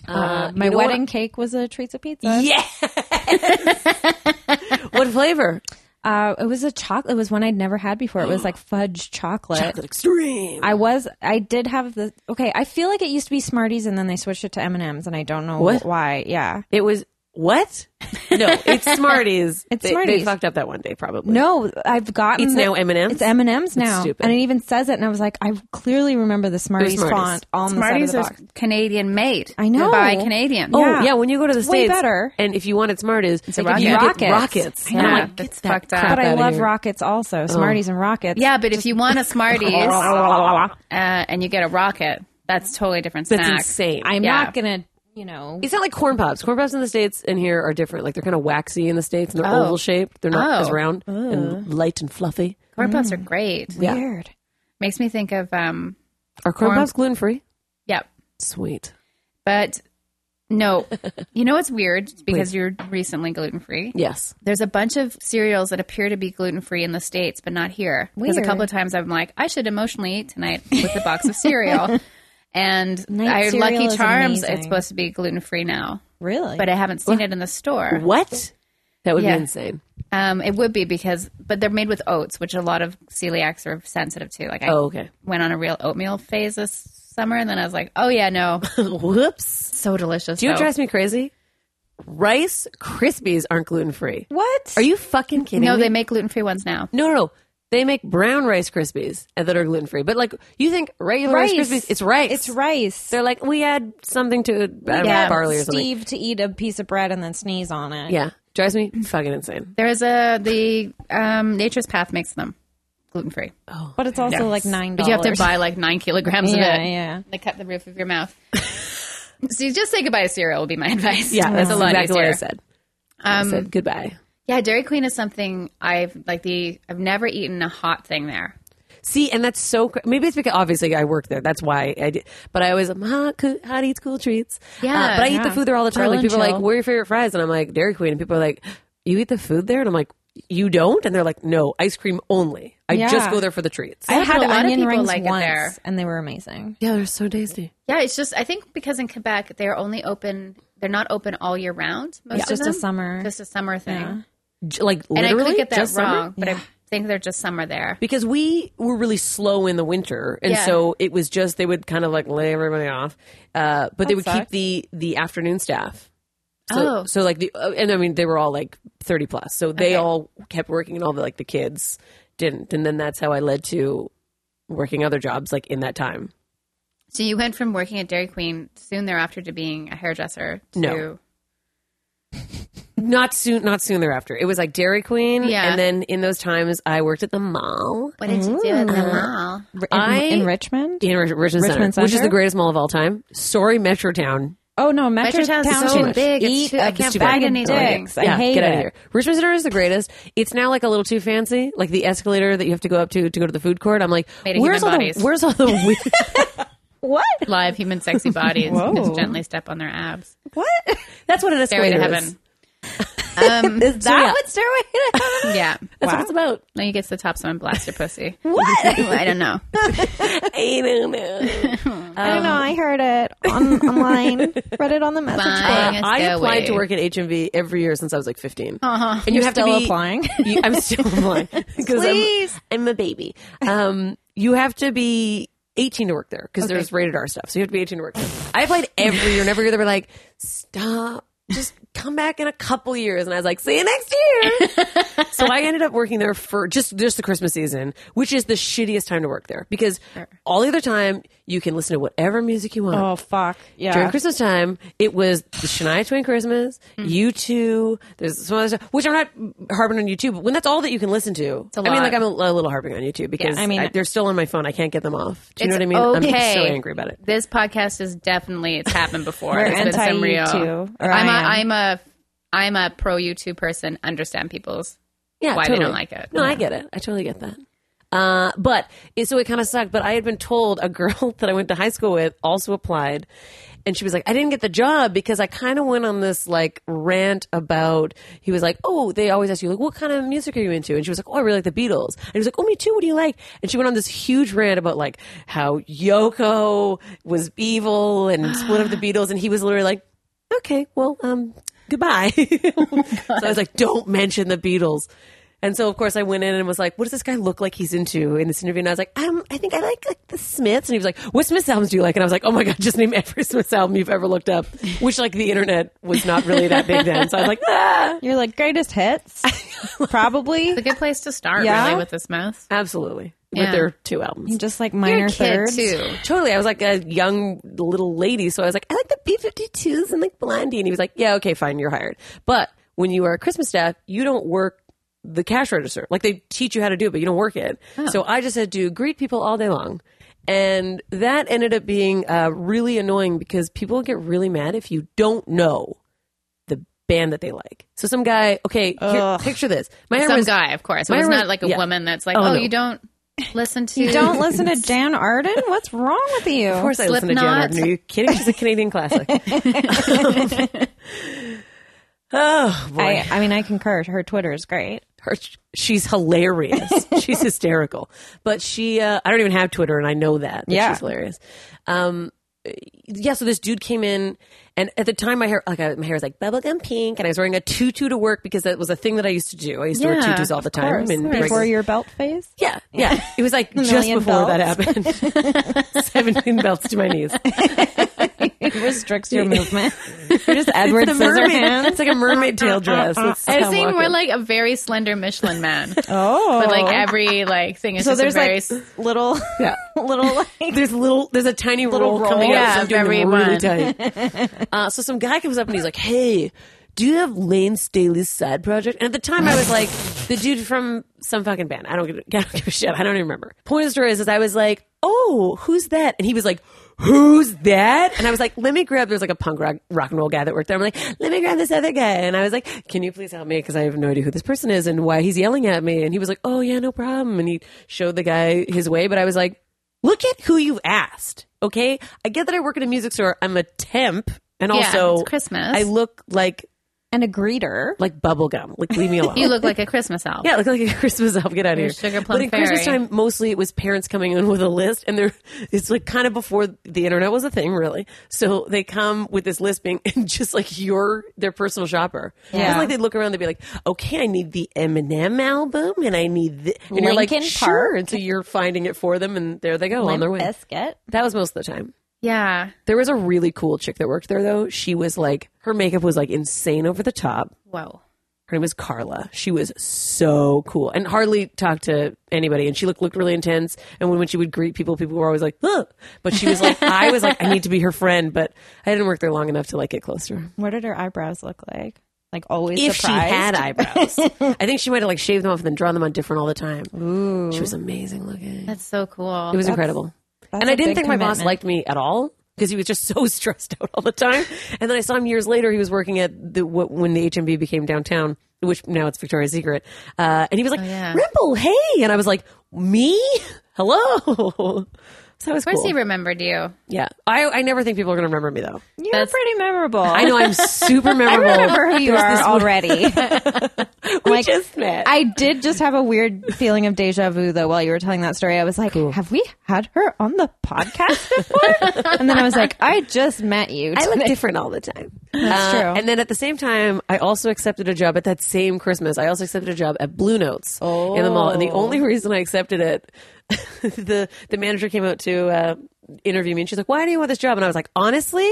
Speaker 3: Uh, my
Speaker 2: you know
Speaker 3: wedding cake was a treats of pizza.
Speaker 2: Yes. what flavor?
Speaker 3: Uh, it was a chocolate. It was one I'd never had before. It was like fudge chocolate.
Speaker 2: Chocolate extreme.
Speaker 3: I was. I did have the. Okay, I feel like it used to be Smarties, and then they switched it to M and M's, and I don't know
Speaker 2: What?
Speaker 3: why. Yeah.
Speaker 2: It was what? No, it's Smarties.
Speaker 3: It's
Speaker 2: They- They
Speaker 3: Smarties.
Speaker 2: fucked up that one day, probably.
Speaker 3: No, I've gotten.
Speaker 2: It's
Speaker 3: the-
Speaker 2: now M&Ms?
Speaker 3: It's M and M's now,
Speaker 2: stupid.
Speaker 3: and it even says it. And I was like, I clearly remember the Smarties,
Speaker 2: Smarties.
Speaker 3: font on
Speaker 1: Smarties
Speaker 3: the
Speaker 1: are
Speaker 3: side of the box.
Speaker 1: Canadian made.
Speaker 3: I know.
Speaker 1: By Canadian.
Speaker 2: Oh yeah.
Speaker 3: Yeah.
Speaker 2: when you go to the
Speaker 3: way
Speaker 2: states,
Speaker 3: better.
Speaker 2: And if you wanted Smarties, it's
Speaker 1: a
Speaker 2: you
Speaker 1: rocket.
Speaker 2: get rockets.
Speaker 3: I know.
Speaker 2: And I'm
Speaker 1: Yeah,
Speaker 2: like,
Speaker 1: that's
Speaker 2: get that
Speaker 1: fucked up.
Speaker 2: crap
Speaker 3: But I
Speaker 2: outta
Speaker 3: love
Speaker 2: here.
Speaker 3: rockets also. Smarties and rockets.
Speaker 1: Yeah, but if you want a Smarties
Speaker 3: Oh.
Speaker 1: uh, and you get a rocket, that's totally different snack.
Speaker 2: That's insane.
Speaker 3: I'm
Speaker 1: Yeah.
Speaker 3: not gonna. You know.
Speaker 2: It's not like corn pops. Corn pops in the states and here are different. Like they're kind of waxy in the states and they're
Speaker 1: Oh.
Speaker 2: oval shaped. They're not
Speaker 1: Oh.
Speaker 2: as round and light and fluffy.
Speaker 1: Corn puffs are great.
Speaker 2: yeah.
Speaker 3: Weird.
Speaker 1: Makes me think of um,
Speaker 2: Are corn
Speaker 1: Corn-
Speaker 2: pops gluten free?
Speaker 1: yeah,
Speaker 2: Sweet.
Speaker 1: but no, you know what's weird because you're recently gluten free.
Speaker 2: Yes.
Speaker 1: There's a bunch of cereals that appear to be gluten free in the states, but not here. Because a
Speaker 3: Weird.
Speaker 1: couple of times I'm like, I should emotionally eat tonight with a box of cereal. And
Speaker 3: Night
Speaker 1: I
Speaker 3: cereal
Speaker 1: Lucky
Speaker 3: is
Speaker 1: Charms,
Speaker 3: amazing.
Speaker 1: it's supposed to be gluten free now,
Speaker 3: Really.
Speaker 1: but uh, I haven't seen it in the store.
Speaker 2: What? That would
Speaker 1: Yeah.
Speaker 2: be insane.
Speaker 1: Um, it would be because, but they're made with oats, which a lot of celiacs are sensitive to. Like I
Speaker 2: Oh, okay.
Speaker 1: went on a real oatmeal phase this summer, and then I was like, oh yeah, no,
Speaker 2: Whoops.
Speaker 1: so delicious.
Speaker 2: Do you know what
Speaker 1: though.
Speaker 2: drives me crazy? Rice Krispies aren't gluten free.
Speaker 3: what?
Speaker 2: Are you fucking kidding
Speaker 1: No,
Speaker 2: me?
Speaker 1: they make gluten free ones now.
Speaker 2: No, no, no. They make brown Rice Krispies uh, that are gluten free. But like, you think regular Rice,
Speaker 3: Rice.
Speaker 2: Krispies? It's rice.
Speaker 3: It's rice.
Speaker 2: They're like, we add something to it, I don't know,
Speaker 1: Yeah.
Speaker 2: barley or something.
Speaker 3: Steve to eat a piece of bread and then sneeze on it.
Speaker 2: Yeah, drives me fucking insane.
Speaker 1: There is a the um, Nature's Path makes them gluten free,
Speaker 3: But it's also like nine
Speaker 1: but
Speaker 3: dollars.
Speaker 1: you have to buy like nine kilograms
Speaker 3: Yeah,
Speaker 1: of it.
Speaker 3: yeah.
Speaker 1: They cut the roof of your mouth. so you just say goodbye to cereal would be my advice.
Speaker 2: Yeah, that's
Speaker 1: It's a lot
Speaker 2: exactly what I
Speaker 1: easier. Um,
Speaker 2: said. I said goodbye.
Speaker 1: Yeah, Dairy Queen is something I've like the I've never eaten a hot thing there.
Speaker 2: See, and that's so. cra- Maybe it's because obviously I work there. That's why I did. But I always am hot, coo- hot eats cool treats. Uh,
Speaker 1: Yeah,
Speaker 2: but I eat
Speaker 1: yeah.
Speaker 2: the food there all the time.
Speaker 1: Grill
Speaker 2: Like
Speaker 1: and
Speaker 2: people are like,
Speaker 1: chill.
Speaker 2: "Where are your favorite fries?" And I'm like, "Dairy Queen." And people are like, "You eat the food there?" And I'm like, "You don't?" And they're like, "No, ice cream only. I
Speaker 3: Yeah.
Speaker 2: just go there for the treats."
Speaker 3: I
Speaker 1: Yeah, but
Speaker 3: had
Speaker 1: a lot of
Speaker 3: onion
Speaker 1: people
Speaker 3: rings
Speaker 1: like it
Speaker 3: once,
Speaker 1: there.
Speaker 3: and they were amazing.
Speaker 2: yeah, they're so tasty.
Speaker 1: Yeah, it's just I think because in Quebec they're only open they're not open all year round. Most
Speaker 3: It's
Speaker 1: of
Speaker 3: just a
Speaker 1: them.
Speaker 3: summer.
Speaker 1: Just a summer thing.
Speaker 2: J- like
Speaker 1: And I
Speaker 2: literally,
Speaker 1: could get that
Speaker 2: just summer?
Speaker 1: wrong, but I think they're just summer there.
Speaker 2: because we were really slow in the winter, and
Speaker 1: Yeah.
Speaker 2: so it was just they would kind of like lay everybody off, uh, but they would keep
Speaker 3: sucks.
Speaker 2: the the afternoon staff. So,
Speaker 1: Oh.
Speaker 2: so like the uh, and I mean they were all like thirty plus, so they all kept working, and all the like the kids didn't, and then that's how I led to working other jobs like in that time.
Speaker 1: So you went from working at Dairy Queen soon thereafter to being a hairdresser to
Speaker 2: No. Not soon, not soon thereafter. It was like Dairy Queen,
Speaker 1: Yeah.
Speaker 2: and then in those times I worked at the mall.
Speaker 1: what did you do at the mall?
Speaker 3: In,
Speaker 2: I-
Speaker 3: in Richmond?
Speaker 2: In Richmond, Center,
Speaker 3: Richmond
Speaker 2: which is
Speaker 3: Center?
Speaker 2: the greatest mall of all time. Sorry, Metrotown.
Speaker 3: Oh no, Metro
Speaker 1: Metrotown's
Speaker 3: Town
Speaker 1: so
Speaker 3: should
Speaker 1: big, it's
Speaker 3: Eat
Speaker 1: too- I
Speaker 3: a
Speaker 1: can't
Speaker 3: bag
Speaker 1: bag
Speaker 3: of
Speaker 1: anything.
Speaker 3: dicks.
Speaker 2: Yeah,
Speaker 3: I hate
Speaker 2: get
Speaker 3: it.
Speaker 2: out of here. Richmond Center is the greatest. It's now like a little too fancy. Like the escalator that you have to go up to to go to the food court. I'm like,
Speaker 1: Made of
Speaker 2: where's all
Speaker 1: human
Speaker 2: the
Speaker 1: bodies.
Speaker 2: where's all the weird?
Speaker 3: What?
Speaker 1: Live human sexy bodies.
Speaker 3: Whoa.
Speaker 1: Just gently step on their abs.
Speaker 3: What?
Speaker 2: That's what an
Speaker 1: Stairway
Speaker 2: escalator
Speaker 1: to
Speaker 2: is.
Speaker 1: heaven.
Speaker 3: Is that
Speaker 2: yeah.
Speaker 3: what Stairway to Heaven?
Speaker 1: Yeah.
Speaker 2: That's what it's about.
Speaker 1: Then you get to the top, someone blasts your pussy.
Speaker 3: What?
Speaker 1: I don't know.
Speaker 2: I don't know.
Speaker 3: I don't
Speaker 2: Um,
Speaker 3: know. I heard it on, online. Read it on the message
Speaker 1: Bye.
Speaker 3: board.
Speaker 1: Yes,
Speaker 2: I
Speaker 1: go
Speaker 2: applied
Speaker 1: away.
Speaker 2: to work at HMV every year since I was like 15.
Speaker 1: Uh-huh.
Speaker 2: And
Speaker 3: You're
Speaker 2: you have to
Speaker 3: still
Speaker 2: be,
Speaker 3: applying?
Speaker 2: You- I'm still applying because I'm,
Speaker 3: Please.
Speaker 2: I'm a baby. Um, you have to be 18 to work there because there's rated R stuff, so you have to be 18 to work there. I applied every year, and every year they were like, "Stop, just come back in a couple years," and I was like, "See you next year." so I ended up working there for just just the Christmas season, which is the shittiest time to work there because all the other time you can listen to whatever music you want
Speaker 3: Oh fuck! Yeah.
Speaker 2: during Christmas time, it was the Shania Twain Christmas, you two. There's some other stuff, which I'm not harping on YouTube. But when that's all that you can listen to, I mean,
Speaker 1: lot.
Speaker 2: like I'm a, a little harping on YouTube because
Speaker 3: Yeah,
Speaker 2: I
Speaker 3: I
Speaker 2: mean
Speaker 3: mean-
Speaker 2: they're still on my phone. I can't get them off. Do you know what I
Speaker 1: It's
Speaker 2: mean? I'm
Speaker 1: okay.
Speaker 2: so angry about it.
Speaker 1: This podcast is definitely it's happened before.
Speaker 3: We're
Speaker 1: It's been
Speaker 3: anti
Speaker 1: some real.
Speaker 3: YouTube, or
Speaker 1: I'm
Speaker 3: I
Speaker 1: a I'm a I'm a pro YouTube person. Understand people's
Speaker 2: Yeah,
Speaker 1: why
Speaker 2: totally.
Speaker 1: they don't like it.
Speaker 2: No, I get it. I totally get that. Uh, but it, so it kind of sucked. But I had been told a girl that I went to high school with also applied, and she was like, "I didn't get the job because I kind of went on this like rant about." He was like, "Oh, they always ask you like, what kind of music are you into?" And she was like, "Oh, I really like the Beatles." And he was like, "Oh, me too. What do you like?" And she went on this huge rant about like how Yoko was evil and split up the Beatles, and he was literally like, "Okay, well, um, goodbye." so I was like, "Don't mention the Beatles." And so, of course, I went in and was like, what does this guy look like he's into in this interview? And I was like, um, I think I like, like the Smiths. And he was like, what Smiths albums do you like? And I was like, oh my God, just name every Smiths album you've ever looked up, which like the internet was not really that big then. So I was like, ah.
Speaker 3: You're like greatest hits, probably.
Speaker 1: It's a good place to start,
Speaker 3: Yeah.
Speaker 1: really, with this mouth.
Speaker 2: Absolutely.
Speaker 1: Yeah.
Speaker 2: With their two albums.
Speaker 3: Just like minor thirds.
Speaker 1: too.
Speaker 2: Totally. I was like a young little lady, so I was like, I like the B 52s and like Blondie. And he was like, Yeah, okay, fine, you're hired. But when you are a Christmas staff, you don't work the cash register. Like they teach you how to do it, but you don't work it. So I just had to greet people all day long. And that ended up being uh, really annoying because people get really mad if you don't know the band that they like. So some guy, okay, here, picture this. My hair
Speaker 1: Some
Speaker 2: was-
Speaker 1: guy, of course. It
Speaker 2: my
Speaker 1: was
Speaker 2: re-
Speaker 1: not like a
Speaker 2: yeah.
Speaker 1: woman that's like, oh,
Speaker 2: Oh, no.
Speaker 1: you don't listen to.
Speaker 3: You don't listen to Jan Arden? What's wrong with you?
Speaker 2: Of course, I listen to Jan
Speaker 1: Slipknot.
Speaker 2: Arden. Are you kidding? She's a Canadian classic. oh boy,
Speaker 3: I, I mean, I concur. Her Twitter is great.
Speaker 2: Her- she's hilarious. she's hysterical, but she—I don't even have Twitter, and I know that. that
Speaker 3: Yeah.
Speaker 2: she's hilarious. Um, yeah, so this dude came in, and at the time, my hair like I, my hair was like bubblegum pink, and I was wearing a tutu to work because that was a thing that I used to do. I used to wear
Speaker 1: Yeah,
Speaker 2: tutus all the time. and
Speaker 3: Before your belt phase?
Speaker 2: yeah, yeah. It was like just
Speaker 3: Million
Speaker 2: before that
Speaker 3: belts.
Speaker 2: happened. Seventeen belts to my knees.
Speaker 3: It restricts your movement.
Speaker 2: You're just
Speaker 3: Edward Scissorhands.
Speaker 2: It's like a mermaid tail dress. It's
Speaker 1: I was
Speaker 2: I'm
Speaker 1: thinking more
Speaker 2: walking.
Speaker 1: like a very slender Michelin man.
Speaker 3: Oh.
Speaker 1: But like every like thing is
Speaker 3: so
Speaker 1: just
Speaker 3: there's
Speaker 1: a very
Speaker 3: like little,
Speaker 2: Yeah.
Speaker 3: little like.
Speaker 2: there's little there's a tiny
Speaker 3: Little
Speaker 2: roll, coming
Speaker 3: roll.
Speaker 1: Yeah,
Speaker 2: out. so I'm doing them
Speaker 1: very
Speaker 2: really tight. uh, so some guy comes up and he's like, "Hey, do you have Lane Staley's side project?" And at the time, I was like, "The dude from some fucking band. I don't give, I don't give a shit. I don't even remember." Point of the story is, is I was like, "Oh, who's that?" And he was like. Who's that? And I was like, let me grab. There's like a punk rock, rock and roll guy that worked there. I'm like, let me grab this other guy. And I was like, can you please help me? Because I have no idea who this person is and why he's yelling at me. And he was like, oh yeah, no problem. And he showed the guy his way. But I was like, look at who you've asked. Okay, I get that I work at a music store. I'm a temp, and
Speaker 1: Yeah,
Speaker 2: also
Speaker 1: it's Christmas.
Speaker 2: I look like
Speaker 3: And a greeter.
Speaker 2: like bubblegum. Like leave me alone.
Speaker 1: you look like a Christmas album.
Speaker 2: yeah, I look like a Christmas elf. Get out of here.
Speaker 1: sugar plum
Speaker 2: but in Christmas
Speaker 1: fairy.
Speaker 2: time, mostly it was parents coming in with a list, and they're it's like kind of before the internet was a thing, really. So they come with this list being and just like your their personal shopper.
Speaker 3: Yeah.
Speaker 2: It's like they'd look around, they'd be like, "Okay, I need the Eminem album, and I need the and you're like,
Speaker 3: Linkin
Speaker 2: "Sure." And so you're finding it for them, and there they go on their way.
Speaker 3: Biscuit.
Speaker 2: That was most of the time.
Speaker 1: Yeah.
Speaker 2: There was a really cool chick that worked there though. She was like her makeup was like insane over the top.
Speaker 1: Whoa.
Speaker 2: Her name was Carla. She was so cool and hardly talked to anybody. And she looked looked really intense. And when, when she would greet people, people were always like, "Huh." But she was like, I was like, I need to be her friend. But I didn't work there long enough to like get close to her.
Speaker 3: What did her eyebrows look like? Like always
Speaker 2: If
Speaker 3: surprised.
Speaker 2: she had eyebrows, I think she might have like shaved them off and then drawn them on different all the time. She was amazing looking.
Speaker 1: That's so cool.
Speaker 2: It was incredible.
Speaker 3: that's
Speaker 2: And
Speaker 3: a
Speaker 2: I didn't
Speaker 3: big
Speaker 2: think my boss
Speaker 3: commitment.
Speaker 2: liked me at all because he was just so stressed out all the time. And then I saw him years later. He was working at the wh- when the HMB became downtown, which now it's Victoria's Secret. Uh, and he was
Speaker 3: Oh,
Speaker 2: like,
Speaker 1: yeah.
Speaker 2: "Rimple, hey!" And I was like, "Me? Hello." So it was
Speaker 1: of course
Speaker 2: cool.
Speaker 1: he remembered you.
Speaker 2: yeah, I, I never think people are going to remember me though.
Speaker 3: You're
Speaker 1: That's-
Speaker 3: pretty memorable.
Speaker 2: I know I'm super memorable.
Speaker 3: remember who you
Speaker 2: There's
Speaker 3: are
Speaker 2: this one-
Speaker 3: already.
Speaker 2: We
Speaker 3: Like,
Speaker 2: just met.
Speaker 3: I did just have a weird feeling of deja vu though while you were telling that story. I was like, have we had her on the podcast before? and then I was like, I just met you.
Speaker 2: I look
Speaker 3: today.
Speaker 2: different all the time. Uh,
Speaker 3: That's true.
Speaker 2: And then at the same time, I also accepted a job at that same Christmas. I also accepted a job at Blue Notes in the mall. And the
Speaker 3: Oh.
Speaker 2: only reason I accepted it, the the manager came out to uh, interview me, and she's like, "Why do you want this job?" And I was like, "Honestly."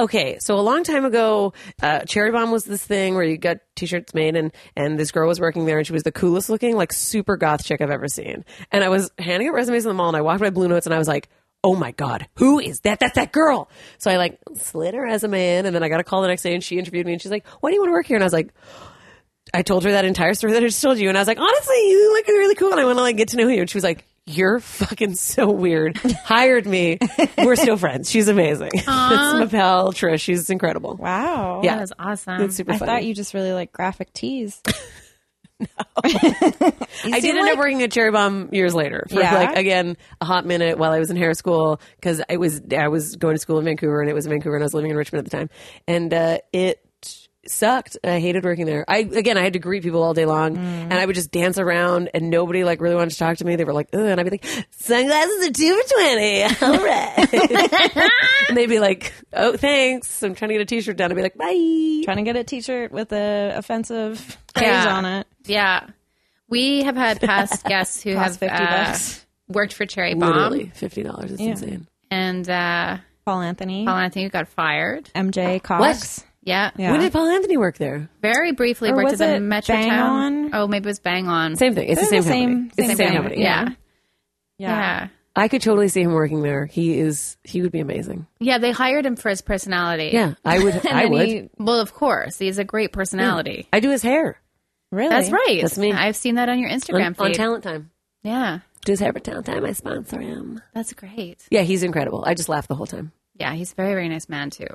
Speaker 2: Okay, so a long time ago, uh, Cherry Bomb was this thing where you got t-shirts made, and and this girl was working there, and she was the coolest looking, like super goth chick I've ever seen. And I was handing out resumes in the mall, and I walked by Blue Notes, and I was like, oh my god who is that that's that girl so i like slid her resume in and then i got a call the next day and she interviewed me and she's like why do you want to work here and i was like i told her that entire story that i just told you and i was like honestly you look really cool and i want to like get to know you and she was like you're fucking so weird hired me we're still friends she's amazing it's lapel trish she's incredible
Speaker 3: Wow.
Speaker 1: That
Speaker 2: yeah
Speaker 1: was awesome.
Speaker 2: it's super
Speaker 3: I
Speaker 2: funny
Speaker 3: thought you just really like graphic tees.
Speaker 2: I did end up working at Cherry Bomb years later for
Speaker 3: Yeah.
Speaker 2: like again a hot minute while I was in hair school because I was I was going to school in Vancouver and it was in Vancouver and I was living in Richmond at the time and uh, it sucked. I hated working there. I again I had to greet people all day
Speaker 3: Mm.
Speaker 2: long and I would just dance around and nobody like really wanted to talk to me. They were like, Ugh, and I'd be like, sunglasses are two for twenty. All right, and they'd be like, oh thanks. I'm trying to get a T-shirt done. I'd be like, bye.
Speaker 3: Trying to get a t-shirt with a offensive page
Speaker 1: Yeah.
Speaker 3: on it.
Speaker 1: yeah. We have had past guests who have
Speaker 3: Cost 50
Speaker 1: uh,
Speaker 3: bucks.
Speaker 1: worked for Cherry Bomb
Speaker 2: Literally fifty dollars. It's insane.
Speaker 1: and uh,
Speaker 3: Paul Anthony,
Speaker 1: Paul Anthony got fired.
Speaker 3: MJ Cox.
Speaker 1: Yeah.
Speaker 3: Yeah.
Speaker 2: When did Paul Anthony work there?
Speaker 1: Very briefly
Speaker 3: Or
Speaker 1: worked
Speaker 3: was
Speaker 1: at the
Speaker 3: it
Speaker 1: Metrotown.
Speaker 3: Bang On?
Speaker 1: Oh, maybe it was Bang On.
Speaker 2: Same thing. It's the same,
Speaker 3: They're the same-
Speaker 2: company. It's the
Speaker 3: same
Speaker 2: same
Speaker 3: company.
Speaker 2: company.
Speaker 1: Yeah.
Speaker 3: Yeah.
Speaker 1: Yeah.
Speaker 2: I could totally see him working there. He is. He would be amazing.
Speaker 1: Yeah, they hired him for his personality.
Speaker 2: Yeah, I would. I
Speaker 3: And
Speaker 2: would.
Speaker 3: he-
Speaker 1: Well, of course. He's a great personality.
Speaker 2: I do his hair
Speaker 3: really?
Speaker 1: That's right.
Speaker 2: That's me.
Speaker 1: I've seen that on your
Speaker 2: on,
Speaker 1: Instagram
Speaker 2: on
Speaker 1: feed.
Speaker 2: Talent Time.
Speaker 1: yeah.
Speaker 2: Do his hair for Talent Time. I sponsor him.
Speaker 1: That's great.
Speaker 2: Yeah, he's incredible. I just laughed the whole time.
Speaker 1: Yeah, he's a very, very nice man too.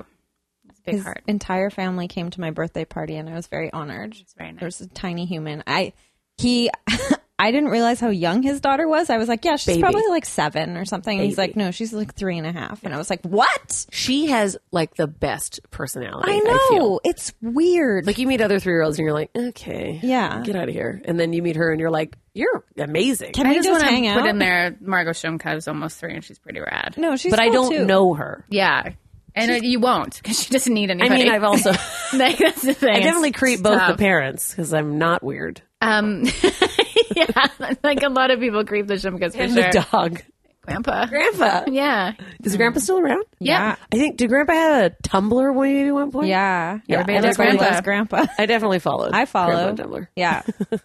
Speaker 1: He's a big
Speaker 3: His
Speaker 1: heart.
Speaker 3: entire family came to my birthday party, and I was very honored.
Speaker 1: very nice.
Speaker 3: There's a tiny human. I he. I didn't realize how young his daughter was. I was like, yeah, she's
Speaker 2: Baby.
Speaker 3: probably like seven or something. He's like, no, she's like three and a half. And I was like, what?
Speaker 2: She has like the best personality.
Speaker 3: I
Speaker 2: feel.
Speaker 3: know. it's weird.
Speaker 2: Like you meet other three year olds and you're like, okay,
Speaker 3: Yeah.
Speaker 2: get out of here. And then you meet her and you're like, you're amazing.
Speaker 3: Can
Speaker 1: I
Speaker 3: we
Speaker 1: just,
Speaker 3: just,
Speaker 1: want
Speaker 3: hang
Speaker 1: to
Speaker 3: out?
Speaker 1: put in there Margot Shumka is almost three and she's pretty rad.
Speaker 3: No, she's
Speaker 2: but I
Speaker 3: cool,
Speaker 2: don't
Speaker 3: too.
Speaker 2: know her.
Speaker 1: Yeah. And uh, you won't because she doesn't need
Speaker 2: I
Speaker 1: anybody.
Speaker 2: mean, I've also
Speaker 1: Like, that's the thing.
Speaker 2: I definitely
Speaker 1: It's
Speaker 2: creep both the
Speaker 1: tough.
Speaker 2: parents because I'm not weird.
Speaker 1: Um, yeah, like a lot of people creep the Shumkas for
Speaker 2: And
Speaker 1: sure.
Speaker 2: the dog,
Speaker 1: Grandpa.
Speaker 2: Grandpa.
Speaker 1: Yeah.
Speaker 2: Is Grandpa still around?
Speaker 1: Mm. Yeah.
Speaker 3: Yeah.
Speaker 2: I think did Grandpa have a Tumblr when maybe at one point?
Speaker 3: Yeah.
Speaker 2: Yeah,
Speaker 3: Everybody
Speaker 2: I
Speaker 3: loves
Speaker 2: definitely-
Speaker 3: grandpa. grandpa.
Speaker 2: I definitely followed.
Speaker 3: I follow.
Speaker 2: Grandpa on Tumblr.
Speaker 3: Yeah.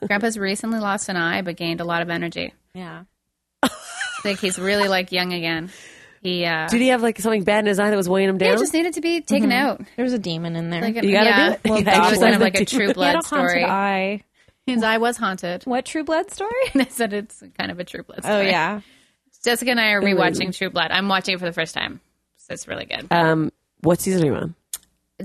Speaker 1: Grandpa's recently lost an eye, but gained a lot of energy.
Speaker 3: Yeah.
Speaker 1: Like he's really like young again. He uh,
Speaker 2: Did he have like something bad in his eye that was weighing him down?
Speaker 1: he just needed to be taken out.
Speaker 3: There's a demon in there.
Speaker 1: Like
Speaker 2: Mm-hmm. You gotta
Speaker 1: yeah,
Speaker 2: do it. You
Speaker 1: It was
Speaker 2: gotta
Speaker 1: kind
Speaker 2: exercise
Speaker 1: of like a
Speaker 2: that
Speaker 1: True
Speaker 2: demon.
Speaker 1: Blood
Speaker 3: a haunted
Speaker 1: story.
Speaker 3: eye.
Speaker 1: His eye was haunted.
Speaker 3: What True Blood story?
Speaker 1: I said it's kind of a True Blood. Story.
Speaker 3: Oh yeah.
Speaker 1: Jessica and I are rewatching True Blood. I'm watching it for the first time. So it's really good.
Speaker 2: um, what season are you on?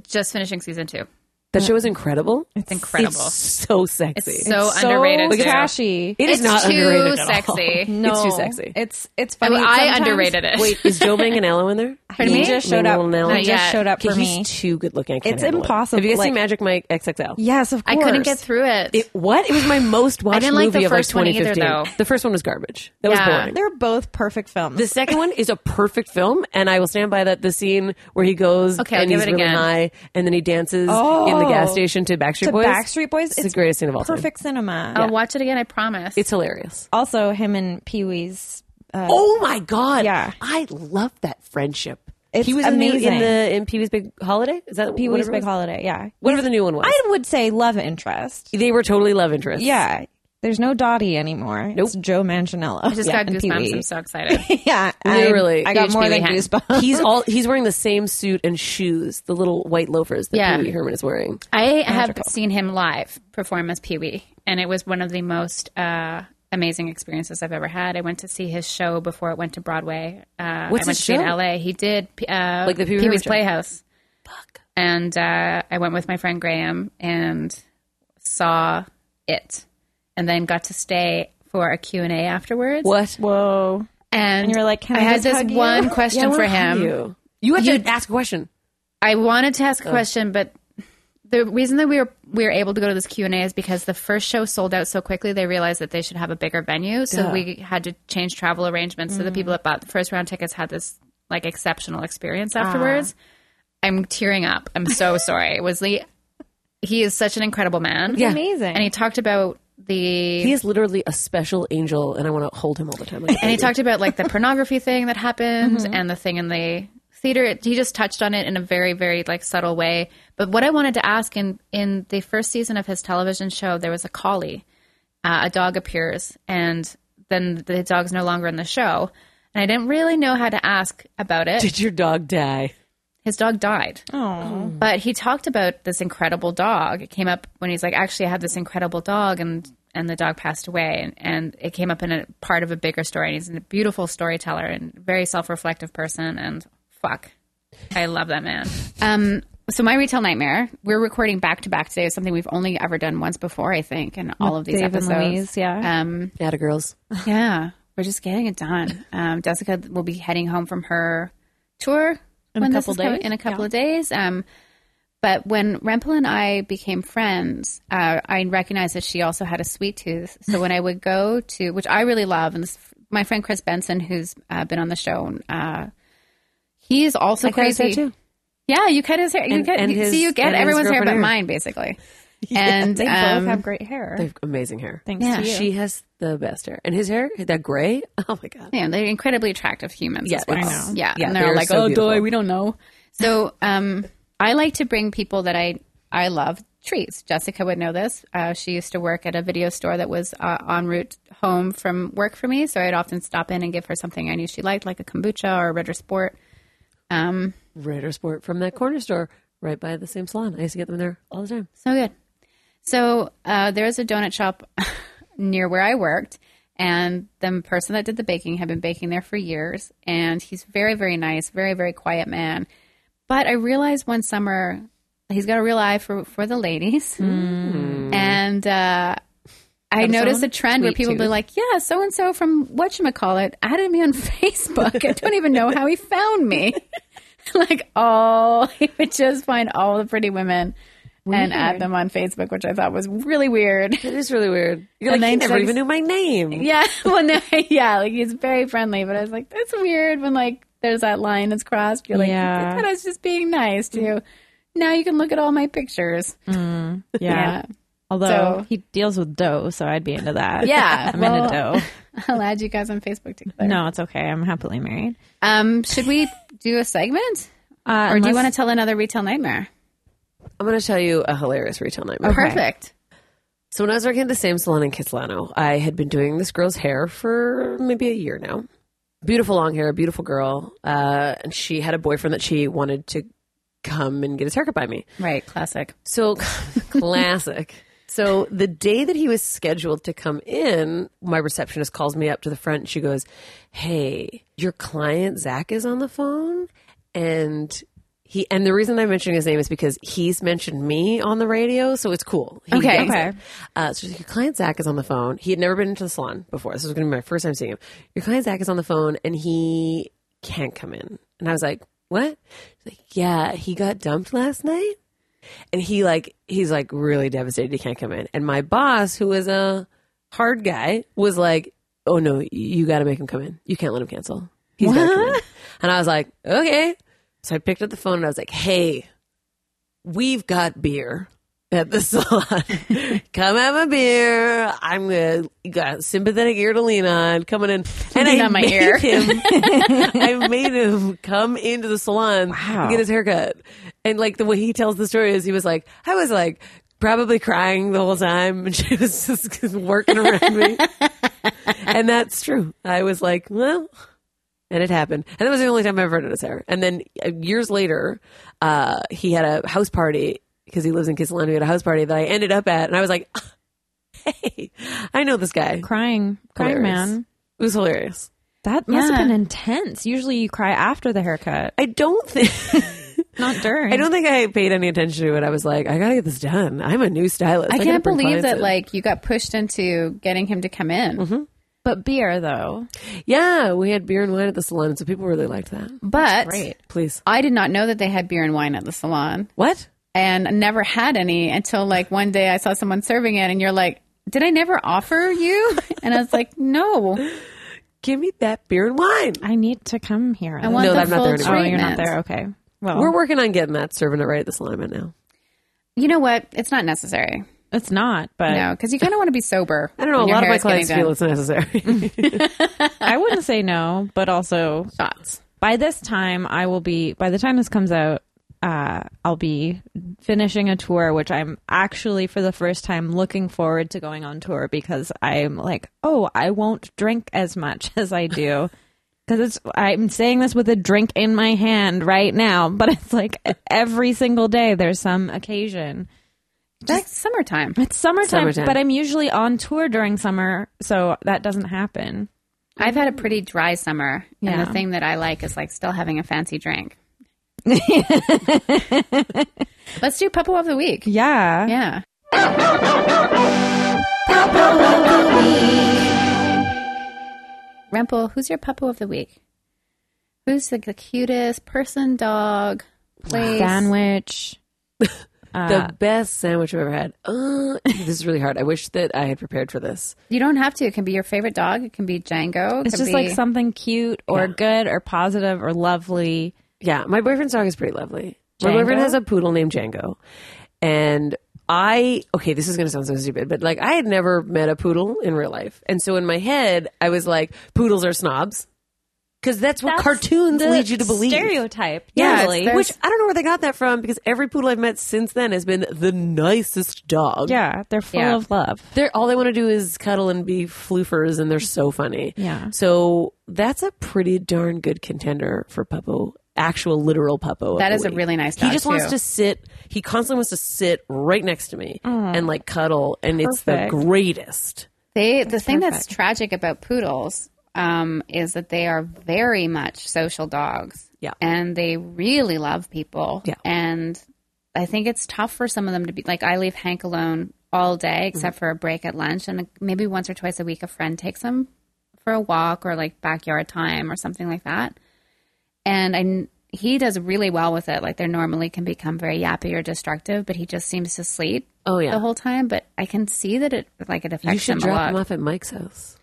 Speaker 1: Just finishing season two.
Speaker 2: That show is incredible.
Speaker 1: Uh, It's incredible.
Speaker 2: It's so sexy.
Speaker 1: It's so underrated.
Speaker 3: So
Speaker 1: too.
Speaker 3: trashy.
Speaker 2: It is
Speaker 1: It's
Speaker 2: not
Speaker 1: too
Speaker 2: underrated at all.
Speaker 1: sexy.
Speaker 3: no,
Speaker 2: It's too sexy.
Speaker 3: It's it's
Speaker 1: I,
Speaker 3: funny.
Speaker 1: I
Speaker 3: Sometimes-
Speaker 1: underrated it.
Speaker 2: Wait, is Joe Manganiello in there?
Speaker 1: Pardon
Speaker 3: He
Speaker 1: me?
Speaker 3: just showed up.
Speaker 2: Manganiello?
Speaker 3: He
Speaker 1: yet.
Speaker 3: just showed up
Speaker 2: Okay,
Speaker 3: for
Speaker 2: he's
Speaker 3: me.
Speaker 2: too good looking. I can't
Speaker 3: It's
Speaker 2: handle it.
Speaker 3: impossible,
Speaker 2: Have you guys
Speaker 3: like-
Speaker 2: seen Magic Mike XXL?
Speaker 3: Yes, of
Speaker 1: I
Speaker 3: course.
Speaker 1: couldn't get through it.
Speaker 2: It, what? It was my most watched
Speaker 1: didn't like
Speaker 2: movie
Speaker 1: the
Speaker 2: of like
Speaker 1: first one either,
Speaker 2: 2015.
Speaker 1: though.
Speaker 2: The first one was garbage. That
Speaker 1: Yeah.
Speaker 2: was boring.
Speaker 3: They're both perfect films.
Speaker 2: The second one is a perfect film, and I will stand by that. The scene where he goes
Speaker 1: Okay, I'll
Speaker 2: and
Speaker 1: give
Speaker 2: he's
Speaker 1: it
Speaker 2: really
Speaker 1: again.
Speaker 2: high, and then he dances
Speaker 3: Oh.
Speaker 2: in the gas station to Backstreet
Speaker 3: to
Speaker 2: Boys.
Speaker 3: Backstreet Boys,
Speaker 2: it's, the greatest scene of all time.
Speaker 3: perfect cinema.
Speaker 1: I'll watch it again. I promise.
Speaker 2: It's hilarious.
Speaker 3: Also, him and Pee Wee's. Uh,
Speaker 2: Oh my god!
Speaker 3: Yeah.
Speaker 2: I love that friendship.
Speaker 3: It's
Speaker 2: he was in the-
Speaker 3: amazing.
Speaker 2: in the in Pee Wee's Big Holiday. Is that
Speaker 3: Pee Wee's
Speaker 2: whatever it
Speaker 3: Big
Speaker 2: was?
Speaker 3: Holiday. Yeah,
Speaker 2: Whatever the new one was,
Speaker 3: I would say love interest.
Speaker 2: they were totally love interests.
Speaker 3: Yeah, there's no Dottie anymore. It's Joe Manganiello.
Speaker 1: I just
Speaker 3: yeah,
Speaker 1: got
Speaker 3: and Pee
Speaker 1: goosebumps.
Speaker 3: Wee.
Speaker 1: I'm so excited.
Speaker 3: yeah,
Speaker 2: Literally.
Speaker 3: I, I got
Speaker 1: Huge
Speaker 3: more
Speaker 1: Pee Wee
Speaker 3: than
Speaker 1: hand.
Speaker 3: goosebumps.
Speaker 2: He's all he's wearing the same suit and shoes, the little white loafers that
Speaker 1: Yeah.
Speaker 2: Pee Wee Herman is wearing.
Speaker 1: I have seen him live perform as Pee Wee, and it was one of the most uh, amazing experiences I've ever had. I went to see his show before it went to Broadway. Uh,
Speaker 2: What's
Speaker 1: I went
Speaker 2: his
Speaker 1: to see it in
Speaker 2: show?
Speaker 1: LA. He did uh,
Speaker 2: Like the Pee Wee
Speaker 1: Pee Wee's
Speaker 2: Herman show?
Speaker 1: Playhouse. And uh, I went with my friend Graham and saw it, and then got to stay for a Q and A afterwards.
Speaker 2: What?
Speaker 3: Whoa.
Speaker 1: And,
Speaker 3: you were like, "Can I
Speaker 1: had
Speaker 3: just
Speaker 1: this
Speaker 3: hug you?"
Speaker 1: one
Speaker 3: Yeah,
Speaker 2: Yeah, I
Speaker 1: question for
Speaker 2: wanna hug
Speaker 1: him.
Speaker 2: You, you have to ask a question.
Speaker 1: I wanted to ask a question, but the reason that we were we were able to go to this Q and A is because the first show sold out so quickly. They realized that they should have a bigger venue, so we had to change travel arrangements. So the people that bought the first round tickets had this like exceptional experience afterwards. I'm tearing up. I'm so sorry. It was the he is such an incredible man.
Speaker 2: Yeah.
Speaker 3: Amazing.
Speaker 1: and he talked about the
Speaker 2: He is literally a special angel, and I want to hold him all the time.
Speaker 1: and he talked about like the pornography thing that happened and the thing in the theater It- he just touched on it in a very very like subtle way but what i wanted to ask in in the first season of his television show there was a collie uh, a dog appears and then the dog's no longer in the show and i didn't really know how to ask about it
Speaker 2: Did your dog die?
Speaker 1: his dog died
Speaker 3: oh,
Speaker 1: but he talked about this incredible dog. It came up when he's like, actually, I had this incredible dog, and and the dog passed away, and, and it came up in a part of a bigger story. And he's a beautiful storyteller and very self reflective person. And fuck, I love that man. Um, so my retail nightmare. We're recording back to back today. Is something we've only ever done once before, I think, in all of these
Speaker 3: Dave and
Speaker 1: episodes.
Speaker 3: Louise, yeah.
Speaker 1: Um,
Speaker 2: Atta girls.
Speaker 1: yeah, we're just getting it done. Um, Jessica will be heading home from her tour in
Speaker 3: a couple days?
Speaker 1: in a couple of days. Um, but when Rempel and I became friends, uh, I recognized that she also had a sweet tooth. So when I would go to, which I really love, and this, my friend Chris Benson, who's uh, been on the show, uh, he is also
Speaker 2: I cut his
Speaker 1: crazy.
Speaker 2: hair, too.
Speaker 1: Yeah, you cut his hair. You
Speaker 2: And-
Speaker 1: cut,
Speaker 2: and
Speaker 1: you-
Speaker 2: his-
Speaker 1: see, you get
Speaker 2: and his
Speaker 1: everyone's hair but
Speaker 2: girlfriend hair.
Speaker 1: mine, basically. and
Speaker 3: They
Speaker 1: um,
Speaker 3: both have great hair.
Speaker 2: They have amazing hair. Ah,
Speaker 3: Thanks
Speaker 1: Yeah.
Speaker 3: to you.
Speaker 2: She has the best hair. And his hair, that gray, oh my God.
Speaker 1: yeah, they're incredibly attractive humans.
Speaker 2: Yeah,
Speaker 1: as well.
Speaker 2: it's-
Speaker 3: I know.
Speaker 1: Yeah,
Speaker 2: Yeah,
Speaker 1: and they're,
Speaker 2: they're
Speaker 1: like,
Speaker 2: so
Speaker 1: oh,
Speaker 2: beautiful.
Speaker 1: doy, we don't know. So, um, I like to bring people that I I love treats. Jessica would know this. Uh, she used to work at a video store that was uh, en route home from work for me, so I'd often stop in and give her something I knew she liked, like a kombucha or a Ritter Sport. Um,
Speaker 2: Raider Sport from that corner store right by the same salon. I used to get them there all the time.
Speaker 1: So good. So uh, there was a donut shop near where I worked, and the person that did the baking had been baking there for years, and he's very, very nice, very, very quiet man. But I realized one summer he's got a real eye for for the ladies, and uh, I noticed a trend where
Speaker 2: sweet
Speaker 1: people be
Speaker 2: tooth.
Speaker 1: like, "Yeah, so and so from whatchamacallit added me on Facebook. I don't even know how he found me." like all he would just find all the pretty women and add them on Facebook, which I thought was really weird.
Speaker 2: It is really weird. You're
Speaker 1: And
Speaker 2: like,
Speaker 1: then
Speaker 2: he never
Speaker 1: she's-
Speaker 2: even knew my name.
Speaker 1: Yeah. Well, no, yeah, like he's very friendly, but I was like, that's weird when like there's that line that's crossed. You're like,
Speaker 3: Yeah.
Speaker 1: I thought I was just being nice to you. Now you can look at all my pictures.
Speaker 3: yeah.
Speaker 1: Yeah.
Speaker 3: Although
Speaker 1: So-
Speaker 3: he deals with dough, so I'd be into that.
Speaker 1: Yeah,
Speaker 3: I'm
Speaker 1: well-
Speaker 3: into dough.
Speaker 1: I'll add you guys on Facebook together.
Speaker 3: No, it's okay. I'm happily married.
Speaker 1: Um, should we do a segment?
Speaker 3: Uh,
Speaker 1: Or do you want to tell another retail nightmare?
Speaker 2: I'm going to tell you a hilarious retail nightmare.
Speaker 1: Perfect.
Speaker 2: So when I was working at the same salon in Kitsilano, I had been doing this girl's hair for maybe a year now. Beautiful long hair, beautiful girl, uh, and she had a boyfriend that she wanted to come and get his haircut by me.
Speaker 1: Right. Classic.
Speaker 2: So classic. So the day that he was scheduled to come in, my receptionist calls me up to the front. And she goes, "Hey, your client Zach is on the phone, and he and the reason I'm mentioning his name is because he's mentioned me on the radio, so it's cool. He
Speaker 1: Okay.
Speaker 2: gets it.
Speaker 3: Okay.
Speaker 2: Uh, so she's like, your client Zach is on the phone. He had never been into the salon before. This was going to be my first time seeing him. Your client Zach is on the phone and he can't come in. And I was like, what? She's like, yeah, he got dumped last night. And he like, he's like really devastated. He can't come in. And my boss, who is a hard guy, was like, oh no, you got to make him come in. You can't let him cancel. He's got to come in. And I was like, okay. So I picked up the phone and I was like, hey, we've got beer at the salon. Come have a beer. I'm gonna you got a sympathetic ear to lean on. Coming in, and
Speaker 1: Lean
Speaker 2: I
Speaker 1: on my
Speaker 2: made
Speaker 1: ear.
Speaker 2: him. I made him come into the salon
Speaker 3: Wow.
Speaker 2: to get his haircut. And like the way he tells the story is, he was like, I was like. Probably crying the whole time, and she was just working around me. and that's true. I was like, well, and it happened. And that was the only time I ever did his hair. And then uh, years later, uh, he had a house party because he lives in Kitsilano. He had a house party that I ended up at, and I was like, "Hey, I know this guy."
Speaker 3: crying, crying
Speaker 2: Hilarious.
Speaker 3: man?
Speaker 2: It was hilarious.
Speaker 3: That must have
Speaker 1: Yeah.
Speaker 3: been intense. Usually, you cry after the haircut,
Speaker 2: I don't think
Speaker 3: not during.
Speaker 2: I don't think I paid any attention to it. I was like, "I gotta get this done. I'm a new stylist.
Speaker 1: I
Speaker 2: gotta
Speaker 1: can't
Speaker 2: bring
Speaker 1: believe
Speaker 2: clients
Speaker 1: that
Speaker 2: in."
Speaker 1: like you got pushed into getting him to come in.
Speaker 2: Mm-hmm.
Speaker 3: But beer, though.
Speaker 2: Yeah, we had beer and wine at the salon, so people really liked that.
Speaker 1: But
Speaker 3: great.
Speaker 2: Please,
Speaker 1: I did not know that they had beer and wine at the salon.
Speaker 2: what?
Speaker 1: and never had any until like one day I saw someone serving it and you're like, did I never offer you? And I was like, no,
Speaker 2: Give me that beer and wine.
Speaker 3: I need to come here.
Speaker 1: I want
Speaker 2: No,
Speaker 1: the
Speaker 2: I'm not
Speaker 1: full
Speaker 2: there anymore.
Speaker 3: oh,
Speaker 1: treatment.
Speaker 3: you're not there. Okay. Well,
Speaker 2: We're working on getting that, serving it right at the salon right now.
Speaker 1: You know what? It's not necessary.
Speaker 3: it's not. But
Speaker 1: No, because you kind of want to be sober.
Speaker 2: I don't know. A
Speaker 1: when your
Speaker 2: lot of
Speaker 1: hair
Speaker 2: my
Speaker 1: is getting
Speaker 2: clients feel
Speaker 1: done.
Speaker 2: it's necessary.
Speaker 3: I wouldn't say no. But also,
Speaker 1: shots.
Speaker 3: by this time I will be by the time this comes out uh, I'll be finishing a tour which I'm actually for the first time looking forward to going on tour because I'm like oh I won't drink as much as I do because it's I'm saying this with a drink in my hand right now but it's like every single day there's some occasion
Speaker 1: That's summertime.
Speaker 3: it's summertime,
Speaker 2: Summertime.
Speaker 3: but I'm usually on tour during summer so that doesn't happen
Speaker 1: I've had a
Speaker 2: Mm-hmm.
Speaker 1: pretty dry summer,
Speaker 3: Yeah.
Speaker 1: and the thing that I like is like still having a fancy drink. Let's do Puppo of the Week.
Speaker 3: yeah
Speaker 1: Yeah. Remple, who's your puppo of the week? Who's the, the cutest person, dog, place?
Speaker 3: sandwich
Speaker 1: Uh,
Speaker 2: the best sandwich I've ever had. Uh, this is really hard. I wish that I had prepared for this.
Speaker 1: You don't have to. It can be your favorite dog. It can be Django. It
Speaker 3: It's
Speaker 1: can
Speaker 3: just
Speaker 1: be-
Speaker 3: like something cute or good or positive or lovely.
Speaker 2: Yeah, my boyfriend's dog is pretty lovely.
Speaker 3: Django?
Speaker 2: My boyfriend has a poodle named Django, and I okay, this is gonna sound so stupid, but like I had never met a poodle in real life, and so in my head I was like, poodles are snobs, because that's what
Speaker 4: That's
Speaker 2: cartoons
Speaker 4: the
Speaker 2: lead you to believe.
Speaker 4: Stereotype.
Speaker 2: Yeah,
Speaker 4: totally.
Speaker 1: it's-
Speaker 2: which I don't know where they got that from because every poodle I've met since then has been the nicest dog.
Speaker 3: Yeah, they're full
Speaker 1: Yeah.
Speaker 3: of love.
Speaker 2: They're all they want to do is cuddle and be floofers, and they're so funny.
Speaker 3: Yeah.
Speaker 2: So that's a pretty darn good contender for Puppo. Actual literal Puppo. of
Speaker 1: That
Speaker 2: the
Speaker 1: is a
Speaker 2: week.
Speaker 1: really nice
Speaker 2: He
Speaker 1: dog,
Speaker 2: just wants
Speaker 1: too.
Speaker 2: to sit. He constantly wants to sit right next to me
Speaker 1: Mm.
Speaker 2: and like cuddle, and it's the
Speaker 3: Perfect.
Speaker 2: greatest.
Speaker 1: They the thing that's tragic about poodles um, is that they are very much social dogs.
Speaker 2: Yeah.
Speaker 1: And they really love people.
Speaker 2: Yeah.
Speaker 1: And I think it's tough for some of them to be like I leave Hank alone all
Speaker 2: Mm-hmm.
Speaker 1: day except for a break at lunch and maybe once or twice a week a friend takes him for a walk or like backyard time or something like that. And I kn- he does really well with it. Like they normally can become very yappy or destructive, but he just seems to sleep
Speaker 2: Oh
Speaker 1: the
Speaker 2: yeah.
Speaker 1: whole time. But I can see that it like it affects
Speaker 2: You should
Speaker 1: him a
Speaker 2: drop
Speaker 1: lot.
Speaker 2: him off at Mike's house.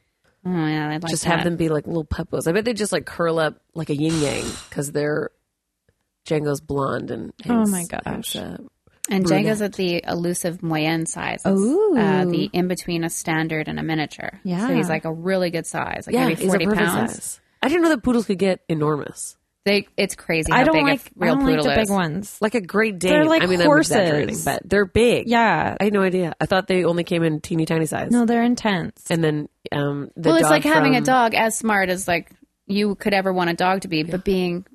Speaker 1: Oh yeah, I'd like
Speaker 2: just
Speaker 1: that.
Speaker 2: have them be like little puppos. I bet they just like curl up like a yin yang because they're Django's blonde and
Speaker 1: Oh
Speaker 2: Hank's-
Speaker 3: my gosh.
Speaker 2: Hank's, uh,
Speaker 1: And Django's at the elusive moyenne size. It's,
Speaker 3: Ooh.
Speaker 1: uh, the in between a standard and a miniature.
Speaker 3: Yeah.
Speaker 1: so he's like a really good size, like
Speaker 2: yeah,
Speaker 1: maybe
Speaker 2: he's a
Speaker 1: forty
Speaker 2: perfect
Speaker 1: pounds.
Speaker 2: size. I didn't know that poodles could get enormous.
Speaker 1: They, it's crazy. How
Speaker 3: I don't
Speaker 1: big
Speaker 3: like
Speaker 1: a real
Speaker 3: I don't like
Speaker 1: poodle
Speaker 3: the big
Speaker 1: is.
Speaker 3: ones.
Speaker 2: Like a Great Dane.
Speaker 3: They're like
Speaker 2: I mean,
Speaker 3: horses.
Speaker 2: I'm exaggerating, but they're big.
Speaker 3: Yeah,
Speaker 2: I had no idea. I thought they only came in teeny tiny size.
Speaker 3: no, they're intense.
Speaker 2: And then um, the
Speaker 1: Well, it's
Speaker 2: dog
Speaker 1: like having a
Speaker 2: from-
Speaker 1: dog as smart as like you could ever want a dog to be, but being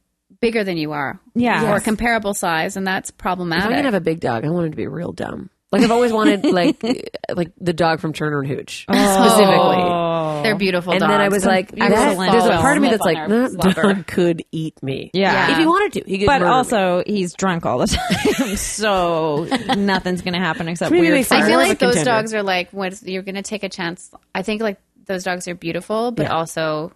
Speaker 1: bigger than you are,
Speaker 3: Yeah.
Speaker 1: or
Speaker 3: Yes.
Speaker 1: comparable size, and that's
Speaker 2: If
Speaker 1: problematic.
Speaker 2: I'm gonna have a big dog, I want him to be real dumb. Like I've always wanted, like like the dog from Turner and Hooch specifically.
Speaker 1: They're beautiful.
Speaker 2: and
Speaker 1: Oh. dogs.
Speaker 2: then I was like,
Speaker 1: Beautiful
Speaker 2: that-
Speaker 3: excellent
Speaker 2: there's a
Speaker 3: dogs.
Speaker 2: part of me
Speaker 1: Live
Speaker 2: that's
Speaker 1: on
Speaker 2: like,
Speaker 1: our
Speaker 2: that
Speaker 1: slobber.
Speaker 2: dog could eat me.
Speaker 3: Yeah.
Speaker 2: If he wanted to, he could.
Speaker 3: But
Speaker 2: murder me.
Speaker 3: also, he's drunk all the time, so nothing's gonna happen except
Speaker 2: Maybe
Speaker 3: weird.
Speaker 2: makes sense.
Speaker 1: I
Speaker 3: fart.
Speaker 1: feel
Speaker 2: more of
Speaker 1: like
Speaker 2: a
Speaker 1: those
Speaker 2: contender.
Speaker 1: dogs are like when you're going to take a chance. I think like those dogs are beautiful, but also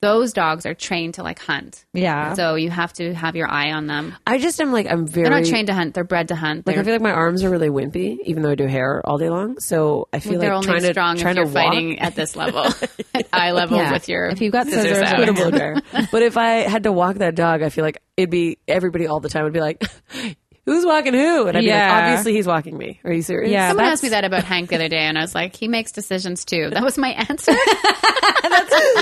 Speaker 1: those dogs are trained to like hunt.
Speaker 3: Yeah.
Speaker 1: So you have to have your eye on them.
Speaker 2: I just am like, I'm very.
Speaker 1: They're not trained to hunt. They're bred to hunt.
Speaker 2: Like I
Speaker 1: They're-
Speaker 2: feel like my arms are really wimpy, even though I do hair all day long. So I feel
Speaker 1: they're only
Speaker 2: like trying to
Speaker 1: strong
Speaker 2: trying
Speaker 1: if you're
Speaker 2: to walk.
Speaker 1: fighting at this level, at eye level
Speaker 3: Yeah.
Speaker 1: with your.
Speaker 3: if you've got scissors,
Speaker 1: out.
Speaker 2: With
Speaker 3: with a
Speaker 2: a blow
Speaker 3: blow
Speaker 2: dryer. but if I had to walk that dog, I feel like it'd be everybody all the time would be like, "Who's walking who?" And I'd be
Speaker 3: Yeah.
Speaker 2: like, "Obviously, he's walking me. Are you serious?"
Speaker 3: Yeah.
Speaker 1: Someone
Speaker 3: that's-
Speaker 1: asked me that about Hank the other day, and I was like, "He makes decisions too." That was my answer.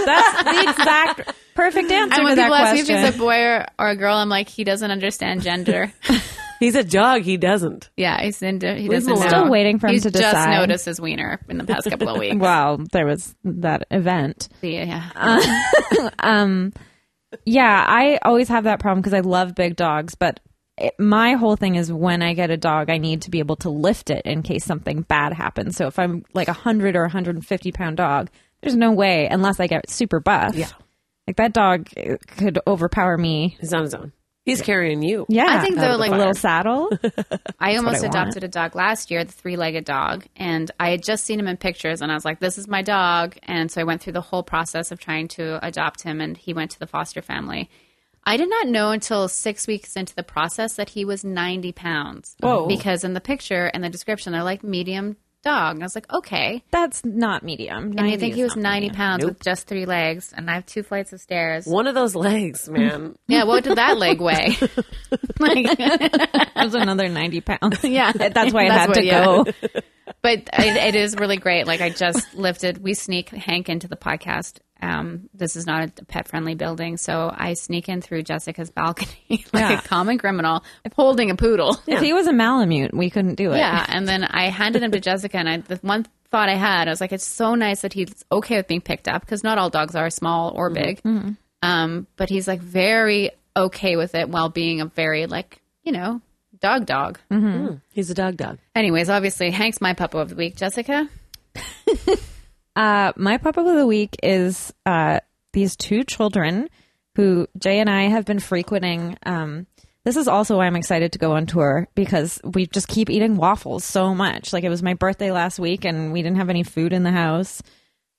Speaker 3: That's the exact perfect answer
Speaker 1: and
Speaker 3: to
Speaker 1: when
Speaker 3: that
Speaker 1: people ask me if he's
Speaker 3: question.
Speaker 1: a boy or, or a girl, I'm like, "He doesn't understand gender."
Speaker 2: he's a dog. He doesn't.
Speaker 1: yeah, he's into. He
Speaker 2: Leave him
Speaker 1: doesn't.
Speaker 2: alone.
Speaker 1: know.
Speaker 3: Still waiting for him
Speaker 1: He's
Speaker 3: to
Speaker 1: just
Speaker 3: decide.
Speaker 1: noticed his wiener in the past couple of weeks.
Speaker 3: Well, there was that event.
Speaker 1: Yeah.
Speaker 3: Yeah, I always have that problem because I love big dogs, but it, my whole thing is when I get a dog, I need to be able to lift it in case something bad happens. So if I'm like a hundred or 150 pound dog, there's no way unless I get super buff.
Speaker 2: Yeah.
Speaker 3: Like that dog uh, could overpower me.
Speaker 2: He's on his own. He's carrying you.
Speaker 3: Yeah.
Speaker 1: I think though, like
Speaker 3: a little saddle.
Speaker 1: I almost
Speaker 3: I want.
Speaker 1: adopted a dog last year, the three-legged dog, and I had just seen him in pictures, and I was like, "This is my dog." And so I went through the whole process of trying to adopt him, and he went to the foster family. I did not know until six weeks into the process that he was ninety pounds.
Speaker 3: Whoa.
Speaker 1: Because in the picture and the description, they're like medium dog, and I was like, "Okay."
Speaker 3: That's not medium.
Speaker 1: And I
Speaker 3: 90
Speaker 1: think
Speaker 3: is
Speaker 1: he was
Speaker 3: not
Speaker 1: ninety
Speaker 3: medium.
Speaker 1: pounds with just three legs, and I have two flights of stairs.
Speaker 2: One of those
Speaker 1: Mm-hmm.
Speaker 2: legs, man.
Speaker 1: Yeah, what did that leg weigh? like,
Speaker 3: That was another 90 pounds.
Speaker 1: Yeah.
Speaker 3: That's why it
Speaker 1: That's
Speaker 3: had
Speaker 1: what-
Speaker 3: to
Speaker 1: yeah.
Speaker 3: go.
Speaker 1: but it, it is really great. Like I just lifted. We sneak Hank into the podcast. Um, this is not a pet friendly building, so I sneak in through Jessica's balcony like
Speaker 3: Yeah.
Speaker 1: a common criminal holding a poodle.
Speaker 3: If he was a Malamute, we couldn't do it.
Speaker 1: Yeah, and then I handed him to Jessica, and I the one thought I had, I was like, it's so nice that he's okay with being picked up because not all dogs are small or big. Um, but he's like very okay with it while being a very like you know dog dog.
Speaker 2: He's a dog dog.
Speaker 1: Anyways, obviously Hank's my puppo of the week. Jessica,
Speaker 3: Uh, my pop up of the week is uh, these two children who Jay and I have been frequenting. Um, this is also why I'm excited to go on tour because we just keep eating waffles so much. Like it was my birthday last week and we didn't have any food in the house.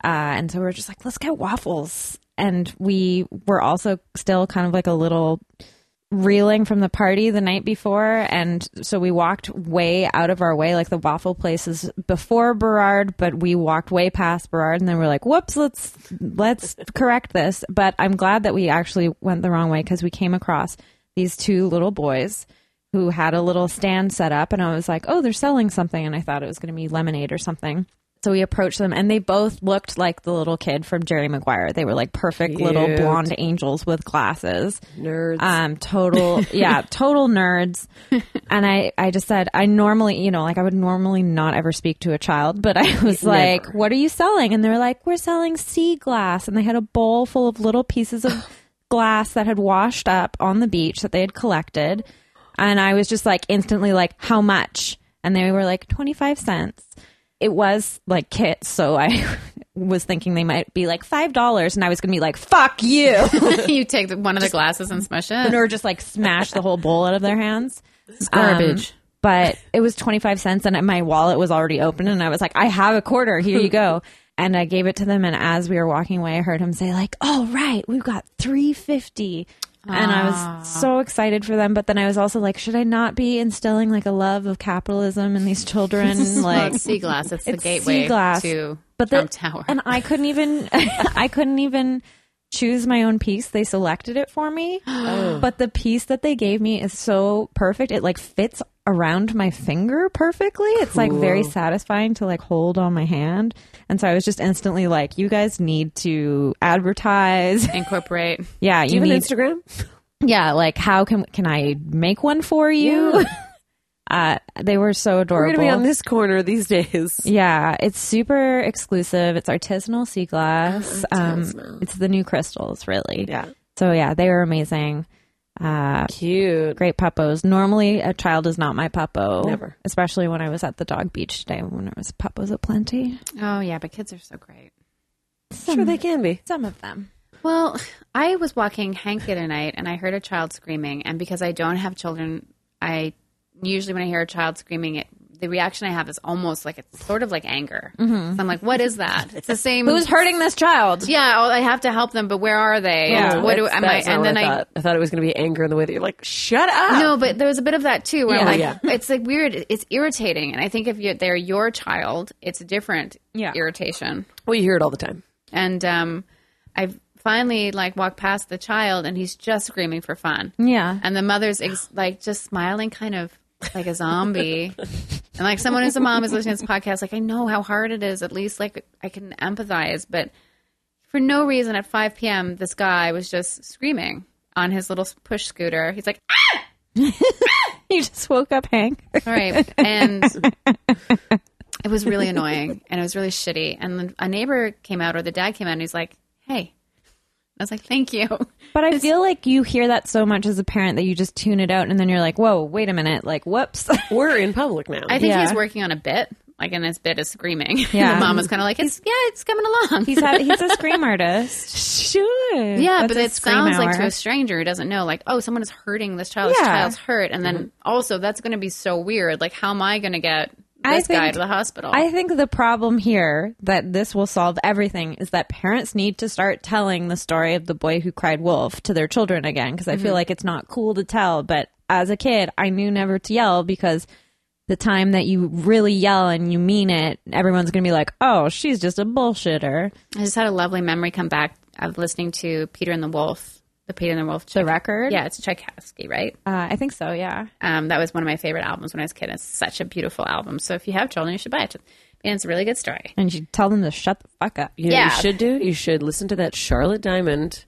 Speaker 3: Uh, and so we are just like, let's get waffles. And we were also still kind of like a little reeling from the party the night before and so we walked way out of our way like the waffle place is before Burrard but we walked way past Burrard and then we're like whoops let's let's correct this but I'm glad that we actually went the wrong way cuz we came across these two little boys who had a little stand set up and I was like, "Oh, they're selling something." And I thought it was going to be lemonade or something. So we approached them and they both looked like the little kid from Jerry Maguire. They were like perfect little
Speaker 2: Cute.
Speaker 3: blonde angels with glasses.
Speaker 2: Nerds.
Speaker 3: Um, total, yeah, total nerds. And I, I just said, I normally, you know, like I would normally not ever speak to a child, but I was like, what are you selling? And they're like, we're selling sea glass. And they had a bowl full of little pieces of glass that had washed up on the beach that they had collected. And I was just like, instantly like, how much? And they were like, 25 cents. It was like kits. So I was thinking they might be like $5. And I was going to be like, fuck you
Speaker 1: you take the, one of the glasses and smash it.
Speaker 3: or just like smash the whole bowl out of their hands. Um,
Speaker 1: garbage.
Speaker 3: but it was 25 cents and my wallet was already open and I was like, I have a quarter. Here you go. And I gave it to them and as we were walking away, I heard him say like, "Oh right, we've got 350." And I was so excited for them, but then I was also like, should I not be instilling like a love of capitalism in these children?
Speaker 1: Well,
Speaker 3: like
Speaker 1: it's sea glass. It's, the
Speaker 3: it's
Speaker 1: gateway
Speaker 3: sea glass,
Speaker 1: to
Speaker 3: but the
Speaker 1: Trump Tower.
Speaker 3: And I couldn't even I couldn't even choose my own piece. They selected it for me. But the piece that they gave me is so perfect. It like fits around my finger perfectly. It's like very satisfying to like hold on my hand. And so I was just instantly like, you guys need to advertise.
Speaker 1: Incorporate.
Speaker 3: Yeah,
Speaker 2: Do you
Speaker 3: you
Speaker 2: have an
Speaker 3: need
Speaker 2: Instagram?
Speaker 3: Yeah, like how can can I make one for you? Uh, they were so
Speaker 2: We're
Speaker 3: adorable.
Speaker 2: gonna be on this corner these days.
Speaker 3: Yeah, it's super exclusive. It's artisanal sea glass. Um, it's the new crystals, really.
Speaker 2: Yeah.
Speaker 3: So yeah, they were amazing. Uh,
Speaker 2: Cute.
Speaker 3: great puppos. Normally, a child is not my puppo.
Speaker 2: Never.
Speaker 3: Especially when I was at the dog beach today when there was puppos aplenty.
Speaker 1: Oh yeah, but kids are so great.
Speaker 2: Sure, they can be.
Speaker 3: Some of them.
Speaker 1: Well, I was walking Hank the other night and I heard a child screaming. And because I don't have children, I usually when I hear a child screaming, it the reaction I have is almost like it's sort of like anger. So I'm like, what is that? It's the same.
Speaker 3: Who's hurting this child?
Speaker 1: yeah, oh, I have to help them, but where are they?
Speaker 3: Yeah,
Speaker 1: what do
Speaker 2: That's-
Speaker 1: am I?
Speaker 2: that's not
Speaker 1: And
Speaker 2: what
Speaker 1: then I,
Speaker 2: thought. I thought it was gonna be anger in the way that you're like, shut up.
Speaker 1: No, but there was a bit of that too. Where I'm
Speaker 3: Oh. Yeah.
Speaker 1: like,
Speaker 2: Yeah.
Speaker 1: it's like weird. It's irritating, and I think if you they're your child, it's a different
Speaker 3: Yeah.
Speaker 1: irritation.
Speaker 2: Well, you hear it all the time.
Speaker 1: And um, I finally like walked past the child, and he's just screaming for fun.
Speaker 3: Yeah.
Speaker 1: And the mother's ex- like just smiling, kind of like a zombie. and like someone who's a mom is listening to this podcast, like I know how hard it is. At least like I can empathize, but for no reason at 5 p.m., this guy was just screaming on his little push scooter. He's like,
Speaker 3: You just woke up, Hank.
Speaker 1: All right. And it was really annoying and it was really shitty. And then a neighbor came out or the dad came out and he's like, Hey. I was like, Thank you.
Speaker 3: But I feel like you hear that so much as a parent that you just tune it out and then you're like, whoa, wait a minute. Like, whoops.
Speaker 2: We're in public now.
Speaker 1: I think
Speaker 3: Yeah.
Speaker 1: he's working on a bit. Like and his bit is screaming.
Speaker 3: Yeah.
Speaker 1: the mom was kinda like, It's yeah, it's coming along.
Speaker 3: He's a, he's a scream artist. Sure.
Speaker 1: yeah, but it
Speaker 3: That's a scream
Speaker 1: sounds like to
Speaker 3: hour.
Speaker 1: a stranger who doesn't know, like, oh, someone is hurting this child. This
Speaker 3: Yeah. Mm-hmm.
Speaker 1: child's hurt, and then also that's going to be so weird. Like, how am I going to get this guy
Speaker 3: I think-
Speaker 1: to the hospital?
Speaker 3: I think the problem here that this will solve everything is that parents need to start telling the story of the boy who cried wolf to their children again because I
Speaker 1: Mm-hmm.
Speaker 3: feel like it's not cool to tell. But as a kid, I knew never to yell because the time that you really yell and you mean it, everyone's going to be like, oh, she's just a bullshitter.
Speaker 1: I just had a lovely memory come back of listening to Peter and the Wolf, the Peter and the Wolf
Speaker 3: The
Speaker 1: Chick-
Speaker 3: record?
Speaker 1: Yeah, it's Tchaikovsky, right?
Speaker 3: Uh, I think so, yeah.
Speaker 1: Um, that was one of my favorite albums when I was a kid. It's such a beautiful album. So if you have children, you should buy it. And it's a really good story.
Speaker 3: And you tell them to shut the fuck up.
Speaker 2: You know what
Speaker 1: Yeah.
Speaker 2: you should do? You should listen to that Charlotte Diamond.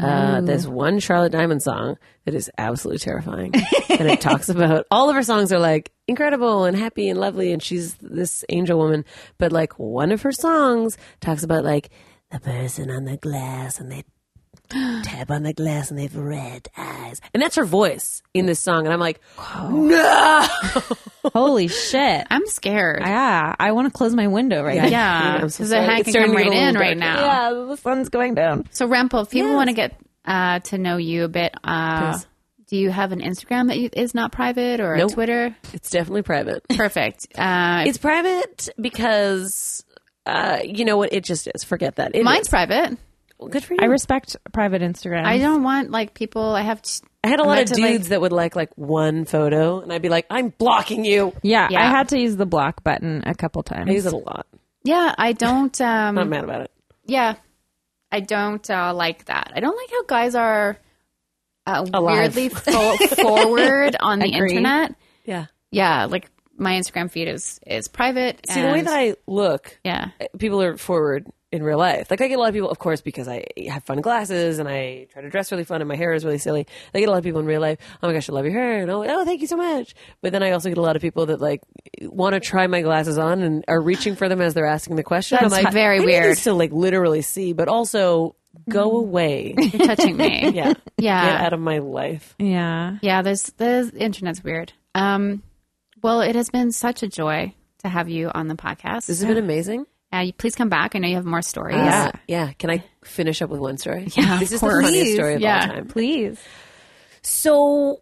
Speaker 2: Uh, there's one Charlotte Diamond song that is absolutely terrifying. and it talks about all of her songs are like incredible and happy and lovely. And she's this angel woman. But like one of her songs talks about like the person on the glass and they tap on the glass and they have red eyes. And that's her voice in this song. And I'm like, no.
Speaker 3: Holy shit.
Speaker 1: I'm scared.
Speaker 3: Yeah, I want to close my window right now.
Speaker 1: yeah,
Speaker 2: I'm so
Speaker 1: because
Speaker 2: sorry.
Speaker 1: the hand
Speaker 2: It's
Speaker 1: can
Speaker 2: starting
Speaker 1: come
Speaker 2: to get
Speaker 1: right
Speaker 2: a little
Speaker 1: in right
Speaker 2: dark.
Speaker 1: now.
Speaker 3: Yeah, the sun's going down.
Speaker 1: So Rempel, if people want to get uh, to know you a bit, uh, do you have an Instagram that you, is not private or
Speaker 2: Nope.
Speaker 1: a Twitter?
Speaker 2: It's definitely private.
Speaker 1: Perfect. Uh,
Speaker 2: It's private because uh, you know what? It just is. Forget that. It
Speaker 1: mine's
Speaker 2: is.
Speaker 1: private.
Speaker 2: Well, good for you.
Speaker 3: I
Speaker 2: I,
Speaker 3: respect private Instagram.
Speaker 1: I don't want like people. I have. T-
Speaker 2: had a lot
Speaker 1: I
Speaker 2: of
Speaker 1: had to, like-
Speaker 2: dudes that would like like one photo, and I'd be like, "I'm blocking you."
Speaker 3: yeah,
Speaker 1: Yeah.
Speaker 3: I had to use the block button a couple
Speaker 2: I
Speaker 3: times.
Speaker 2: use it a lot.
Speaker 1: yeah, I don't. Um,
Speaker 2: I'm not mad about it.
Speaker 1: yeah, I don't uh, like that. I don't like how guys are uh,
Speaker 2: Alive.
Speaker 1: weirdly fo- forward on the
Speaker 3: Agree.
Speaker 1: internet.
Speaker 2: Yeah.
Speaker 1: Yeah, like my Instagram feed is is private.
Speaker 2: See, the way
Speaker 1: and-
Speaker 2: that I look,
Speaker 1: yeah,
Speaker 2: people are forward in real life. Like I get a lot of people, of course, because I have fun glasses and I try to dress really fun and my hair is really silly. I get a lot of people in real life. Oh my gosh, I love your hair, and oh, oh thank you so much. But then I also get a lot of people that like want to try my glasses on and are reaching for them as they're asking the question.
Speaker 1: That's
Speaker 2: I'm like,
Speaker 1: very
Speaker 2: I need
Speaker 1: weird.
Speaker 2: these to like literally see, but also go away.
Speaker 1: you're touching me.
Speaker 2: Yeah, get
Speaker 1: yeah,
Speaker 2: out of my life.
Speaker 3: Yeah.
Speaker 1: yeah. There's the internet's weird. Um, well, it has been such a joy to have you on the podcast.
Speaker 2: This has been amazing.
Speaker 1: Uh, you- please come back. I know you have more stories.
Speaker 2: Yeah, yeah. Can I finish up with one story?
Speaker 1: Yeah,
Speaker 2: this
Speaker 1: of
Speaker 2: is the
Speaker 1: course.
Speaker 2: funniest story of
Speaker 1: Yeah.
Speaker 2: all time.
Speaker 3: Please.
Speaker 2: So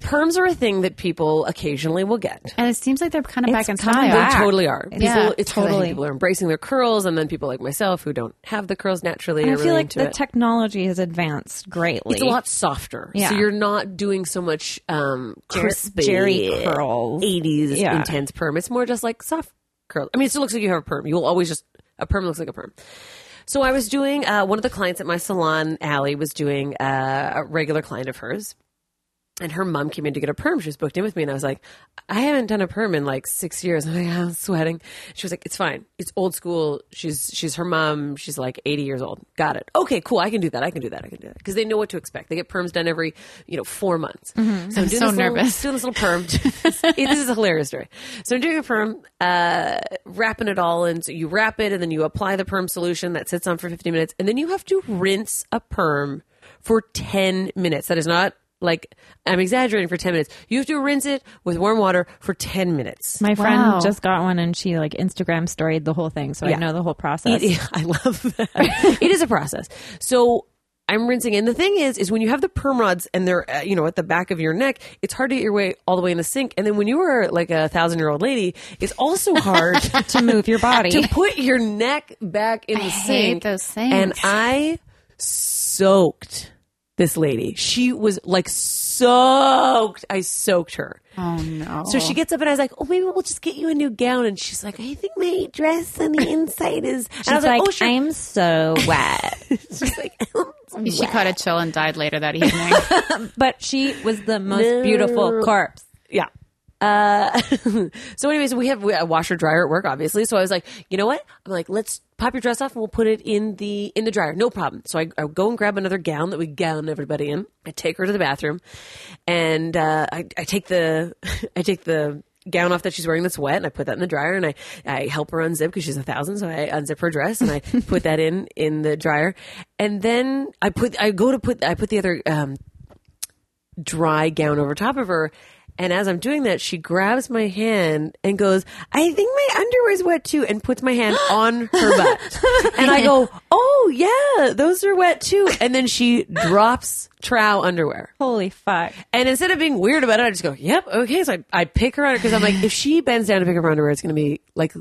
Speaker 2: perms are a thing that people occasionally will get.
Speaker 1: And it seems like they're kind of back in style.
Speaker 3: coming back.
Speaker 2: They totally are. People,
Speaker 1: Yeah,
Speaker 2: it's totally.
Speaker 3: totally.
Speaker 2: People are embracing their curls, and then people like myself who don't have the curls naturally.
Speaker 3: I
Speaker 2: are
Speaker 3: feel
Speaker 2: really
Speaker 3: like
Speaker 2: into
Speaker 3: the
Speaker 2: it.
Speaker 3: technology has advanced greatly.
Speaker 2: It's a lot softer, so
Speaker 3: Yeah.
Speaker 2: you're not doing so much um, crispy
Speaker 3: Jerry curls.
Speaker 2: 80s
Speaker 3: Yeah.
Speaker 2: intense perm. It's more just like soft curl. I mean, it still looks like you have a perm. You will always just a perm looks like a perm. So I was doing uh, one of the clients at my salon. Allie was doing uh, a regular client of hers, and her mom came in to get a perm. She was booked in with me, and I was like, I haven't done a perm in like six years. I'm like, I'm sweating. She was like, It's fine. It's old school. She's she's her mom. She's like 80 years old. Got it. Okay, cool. I can do that. I can do that. I can do that because they know what to expect. They get perms done every you know four months. So I'm doing
Speaker 1: so
Speaker 2: this little-
Speaker 1: nervous.
Speaker 2: doing this little perm. It- this is a hilarious story. So I'm doing a perm, uh, wrapping it all in. So you wrap it and then you apply the perm solution that sits on for 15 minutes. And then you have to rinse a perm for 10 minutes. That is not like, I'm exaggerating for 10 minutes. You have to rinse it with warm water for 10 minutes.
Speaker 3: My friend
Speaker 1: Wow.
Speaker 3: just got one and she like Instagram storied the whole thing, so I know the whole process.
Speaker 2: It- I love that. it is a process. So I'm rinsing, and the thing is, is when you have the perm rods and they're uh, you know at the back of your neck, it's hard to get your way all the way in the sink. And then when you are like a thousand year old lady, it's also hard
Speaker 3: to move your body.
Speaker 2: to put your neck back in the
Speaker 1: hate
Speaker 2: sink.
Speaker 1: those things.
Speaker 2: And I soaked this lady. She was like soaked. I soaked her.
Speaker 1: Oh no.
Speaker 2: So she gets up and I was like, "Oh, maybe we'll just get you a new gown." And she's like, "I think my dress on the inside is." and I was like, "Oh, sure."
Speaker 3: I'm so wet.
Speaker 2: She's like,
Speaker 1: she caught a chill and died later that evening.
Speaker 3: but she was the most beautiful corpse.
Speaker 2: yeah. Uh, so anyways, we have we- a washer dryer at work, obviously. So I was like, you know what? I'm like, let's pop your dress off and we'll put it in the, in the dryer. No problem. So I, I go and grab another gown that we gown everybody in. I take her to the bathroom and, uh, I, I take the, I take the, gown off that she's wearing that's wet and I put that in the dryer and I, I help her unzip because she's a thousand so I unzip her dress and I put that in in the dryer and then I put I go to put I put the other um, dry gown over top of her. And as I'm doing that, she grabs my hand and goes, I think my underwear's wet too, and puts my hand on her butt. And I go, Oh, yeah, those are wet too. And then she drops trow underwear.
Speaker 3: Holy fuck.
Speaker 2: And instead of being weird about it, I just go, Yep, okay. So I, I pick her under because I'm like, if she bends down to pick up her underwear, it's going to be like,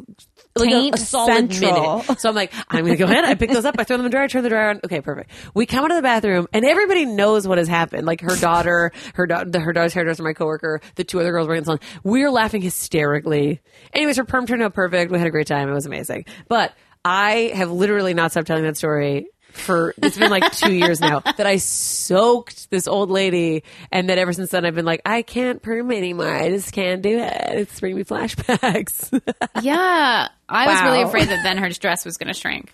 Speaker 2: like a,
Speaker 3: Taint
Speaker 2: a solid
Speaker 3: central.
Speaker 2: minute. So I'm like, I'm going to go ahead. I pick those up. I throw them in the dryer. I turn the dryer on. Okay, perfect. We come out of the bathroom, and everybody knows what has happened. Like her daughter, her da- the, her daughter's hairdresser, my coworker, the two other girls working in the salon. We're laughing hysterically. Anyways, her perm turned out perfect. We had a great time. It was amazing. But I have literally not stopped telling that story for it's been like two years now that I soaked this old lady, and that ever since then I've been like, I can't perm anymore. I just can't do it. It's bringing me flashbacks.
Speaker 1: yeah. I was really
Speaker 3: Wow.
Speaker 1: afraid that then her dress was going to shrink.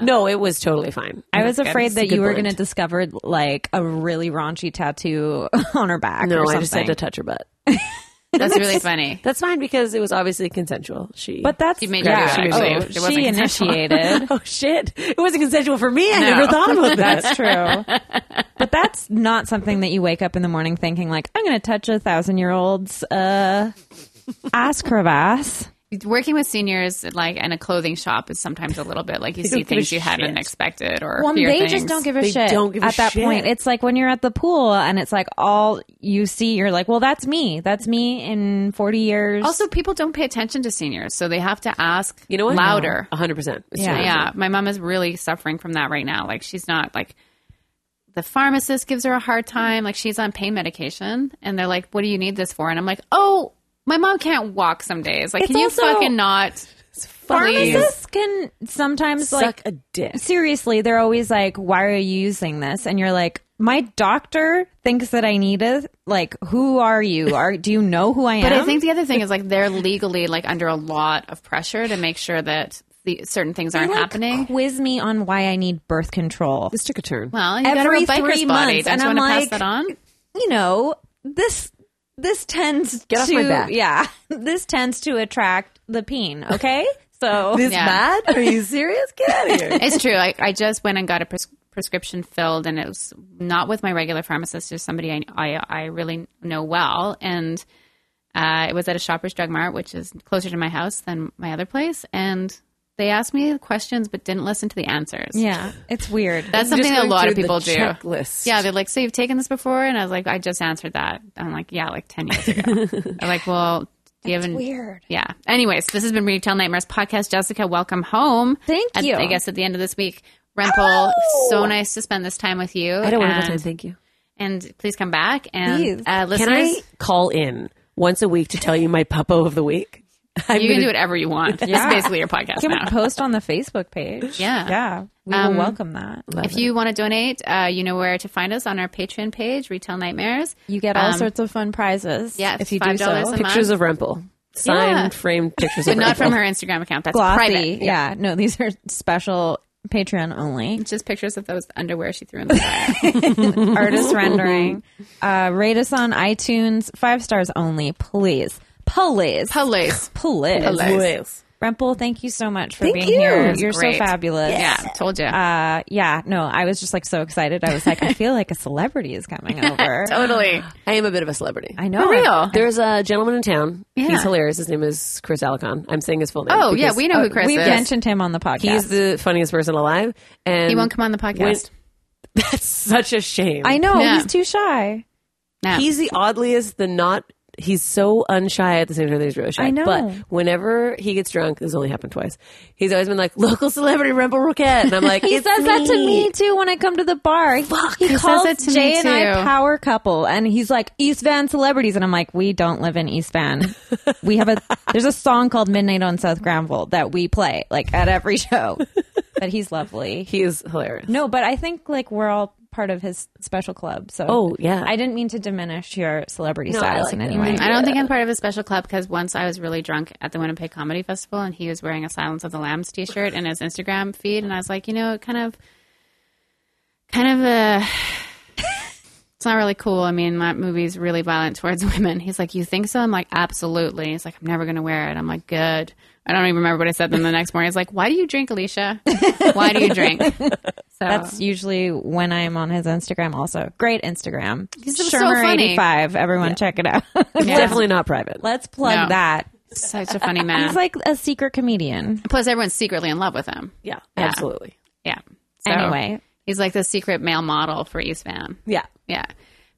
Speaker 2: no, it was totally fine.
Speaker 3: I was
Speaker 2: Good.
Speaker 3: afraid
Speaker 2: It's a
Speaker 3: that
Speaker 2: good
Speaker 3: you were
Speaker 2: blend.
Speaker 3: going to discover like a really raunchy tattoo on her back. or
Speaker 2: No,
Speaker 3: something.
Speaker 2: I just had to touch her butt.
Speaker 1: That's really funny.
Speaker 2: That's fine because it was obviously consensual. She,
Speaker 3: But that's
Speaker 1: She made you
Speaker 3: yeah.
Speaker 1: do it, actually.
Speaker 3: oh,
Speaker 1: It wasn't
Speaker 3: she
Speaker 1: consensual.
Speaker 3: initiated.
Speaker 2: oh shit, it wasn't consensual for me. I
Speaker 1: No.
Speaker 2: never thought about that.
Speaker 3: that's true. But that's not something that you wake up in the morning thinking like I'm going to touch a thousand year old's uh, ass crevasse.
Speaker 1: Working with seniors like in a clothing shop is sometimes a little bit like you see
Speaker 2: give
Speaker 1: things
Speaker 2: a
Speaker 1: you hadn't
Speaker 2: shit.
Speaker 1: expected or
Speaker 3: Well,
Speaker 1: fear
Speaker 3: they
Speaker 1: things.
Speaker 3: just don't give a
Speaker 2: They
Speaker 3: shit
Speaker 2: don't give a
Speaker 3: at that
Speaker 2: shit.
Speaker 3: point. It's like when you're at the pool and it's like all you see, you're like, well, that's me. That's me in 40 years.
Speaker 1: Also, people don't pay attention to seniors, so they have to ask
Speaker 2: You know what? Oh,
Speaker 1: louder.
Speaker 2: One hundred percent.
Speaker 3: Yeah.
Speaker 1: Yeah, my mom is really suffering from that right now. Like she's not like the pharmacist gives her a hard time. Like she's on pain medication, and they're like, "What do you need this for?" And I'm like, "Oh, my mom can't walk some days. Like,
Speaker 3: It's
Speaker 1: can you
Speaker 3: also-
Speaker 1: fucking not?" Please.
Speaker 3: pharmacists can sometimes
Speaker 2: Suck
Speaker 3: like
Speaker 2: a dick.
Speaker 3: seriously, they're always like, why are you using this? And you're like, my doctor thinks that I need a like. Who are you? Are do you know who I am?
Speaker 1: But I think the other thing is like they're legally like under a lot of pressure to make sure that the, certain things aren't
Speaker 3: Like,
Speaker 1: happening.
Speaker 3: Quiz me on why I need birth control.
Speaker 2: This took a turn.
Speaker 1: Well, you got a
Speaker 3: Every
Speaker 1: real biker's
Speaker 3: three
Speaker 1: body.
Speaker 3: months,
Speaker 1: Don't
Speaker 3: and
Speaker 1: you
Speaker 3: I'm
Speaker 1: want to
Speaker 3: like-
Speaker 1: pass that on?
Speaker 3: you know this this tends
Speaker 2: Get off
Speaker 3: to
Speaker 2: my back.
Speaker 3: yeah this tends to attract the peen okay so
Speaker 2: This
Speaker 1: Yeah.
Speaker 2: bad? Are you serious? Get out of here.
Speaker 1: It's true. Like I just went and got a pres- prescription filled, and it was not with my regular pharmacist, just somebody I I, I really know well, and uh, it was at a Shoppers Drug Mart, which is closer to my house than my other place, and they asked me questions but didn't listen to the answers.
Speaker 3: yeah it's weird
Speaker 1: That's
Speaker 2: Just
Speaker 1: something that a
Speaker 2: going
Speaker 1: lot of
Speaker 2: through
Speaker 1: people
Speaker 2: the
Speaker 1: do.
Speaker 2: checklist.
Speaker 1: Yeah, they're like, "So you've taken this before?" And I was like, "I just answered that." I'm like, "Yeah, like ten years ago." I'm like, "Well, do you haven't?"
Speaker 3: weird
Speaker 1: Yeah. Anyways, this has been Retail Nightmares podcast. Jessica, welcome home.
Speaker 3: Thank
Speaker 1: At-
Speaker 3: you. Oh!
Speaker 1: I guess at the end of this week, Rempel, so nice to spend this time with you.
Speaker 2: I don't want to
Speaker 1: and,
Speaker 2: go time. Thank you.
Speaker 1: And please come back and
Speaker 3: Please.
Speaker 1: uh,
Speaker 2: Can
Speaker 1: listeners.
Speaker 2: I call in once a week to tell you my puppo of the week? I'm
Speaker 1: you
Speaker 2: gonna-
Speaker 1: can do whatever you want.
Speaker 3: Yeah.
Speaker 1: It's basically your podcast
Speaker 3: can we
Speaker 1: now.
Speaker 3: post on the facebook page
Speaker 1: Yeah.
Speaker 3: yeah we will
Speaker 1: Um,
Speaker 3: welcome that
Speaker 1: If you want to donate, uh, you know where to find us on our Patreon page, Retail Nightmares.
Speaker 3: you get all
Speaker 1: um,
Speaker 3: sorts of fun prizes
Speaker 1: yeah,
Speaker 3: if you
Speaker 1: $5
Speaker 3: do
Speaker 1: Oh, a
Speaker 3: so
Speaker 1: month.
Speaker 2: pictures of Rempel. Signed,
Speaker 1: Yeah.
Speaker 2: framed pictures
Speaker 1: But
Speaker 2: of
Speaker 1: not
Speaker 2: Rempel.
Speaker 1: from her Instagram account. That's
Speaker 3: glossy
Speaker 1: private.
Speaker 3: yeah. no these are special patreon only
Speaker 1: It's just pictures of those underwear she threw in the fire.
Speaker 3: artist rendering uh rate us on itunes five stars only please please
Speaker 1: Police.
Speaker 3: please,
Speaker 1: Please.
Speaker 3: Rempel, thank you so much for
Speaker 2: Thank
Speaker 3: being
Speaker 2: you. It
Speaker 3: here.
Speaker 2: was
Speaker 3: You're
Speaker 1: great.
Speaker 3: so fabulous.
Speaker 1: Yeah, told you.
Speaker 3: Uh, yeah, no, I was just like so excited. I was like, I feel like a celebrity is coming over.
Speaker 1: totally.
Speaker 2: I am a bit of a celebrity.
Speaker 3: I know.
Speaker 1: For real.
Speaker 2: There's a gentleman in town.
Speaker 1: Yeah.
Speaker 2: He's hilarious. His name is Chris Alicon. I'm saying his full name.
Speaker 1: Oh, yeah,
Speaker 2: because
Speaker 1: we know who Chris
Speaker 3: We've
Speaker 1: is.
Speaker 3: uh, mentioned him on the podcast.
Speaker 2: He's the funniest person alive. And
Speaker 1: He won't come on the podcast.
Speaker 2: That's such a shame.
Speaker 3: I know.
Speaker 1: Yeah.
Speaker 3: He's too shy.
Speaker 1: No.
Speaker 2: He's the oddliest, the not. He's so unshy at the same time that he's really shy.
Speaker 3: I know.
Speaker 2: But whenever he gets drunk, this has only happened twice. He's always been like, local celebrity, Rebel Roquette. And I'm like,
Speaker 3: He
Speaker 2: "It's
Speaker 3: says that to me too when I come to the bar. He- he
Speaker 1: says
Speaker 3: calls
Speaker 1: that to me,
Speaker 3: Jay and I
Speaker 1: too.
Speaker 3: power couple, and he's like East Van celebrities, and I'm like, we don't live in East Van. We have a there's a song called Midnight on South Granville that we play like at every show. But he's lovely.
Speaker 2: He is hilarious.
Speaker 3: No, but I think like we're all part of his special club. So
Speaker 2: Oh, yeah.
Speaker 3: I didn't mean to diminish your celebrity
Speaker 2: No, I
Speaker 3: status
Speaker 2: like
Speaker 3: in
Speaker 2: it.
Speaker 3: any way.
Speaker 1: I don't think I'm part of a special club because once I was really drunk at the Winnipeg Comedy Festival and he was wearing a Silence of the Lambs T-shirt in his Instagram feed, and I was like, you know, it kind of, kind of uh It's not really cool. I mean, that movie's really violent towards women. He's like, "You think so?" I'm like, "Absolutely." He's like, "I'm never going to wear it." I'm like, "Good." I don't even remember what I said. Then the next morning, he's like, "Why do you drink, Alicia? Why do you drink?" So
Speaker 3: That's usually when I'm on his Instagram. Also, great Instagram. He's
Speaker 1: so funny.
Speaker 3: eighty five. Everyone, check it out.
Speaker 1: Yeah.
Speaker 2: Definitely not private.
Speaker 3: Let's plug
Speaker 1: No.
Speaker 3: that.
Speaker 1: such a funny man.
Speaker 3: He's like a secret comedian.
Speaker 1: Plus, everyone's secretly in love with him.
Speaker 2: yeah, absolutely.
Speaker 1: Yeah. So,
Speaker 3: Anyway.
Speaker 1: he's like the secret male model for East Van.
Speaker 2: Yeah.
Speaker 1: Yeah.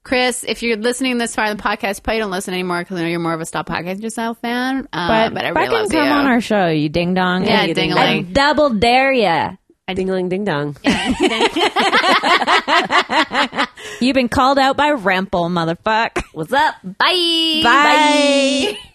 Speaker 1: Chris, if you're listening this far in the podcast, probably don't listen anymore because I know you're more of a Stop Podcasting Yourself fan. Uh, but, I really
Speaker 3: fucking
Speaker 1: love
Speaker 3: come
Speaker 1: you.
Speaker 3: on our show, you ding dong.
Speaker 1: yeah,
Speaker 2: you
Speaker 1: ding
Speaker 2: didn't
Speaker 3: I
Speaker 1: a
Speaker 3: double dare ya.
Speaker 2: Dingling ding dong.
Speaker 3: You've been called out by Rample, motherfucker.
Speaker 2: What's up?
Speaker 1: Bye.
Speaker 3: Bye.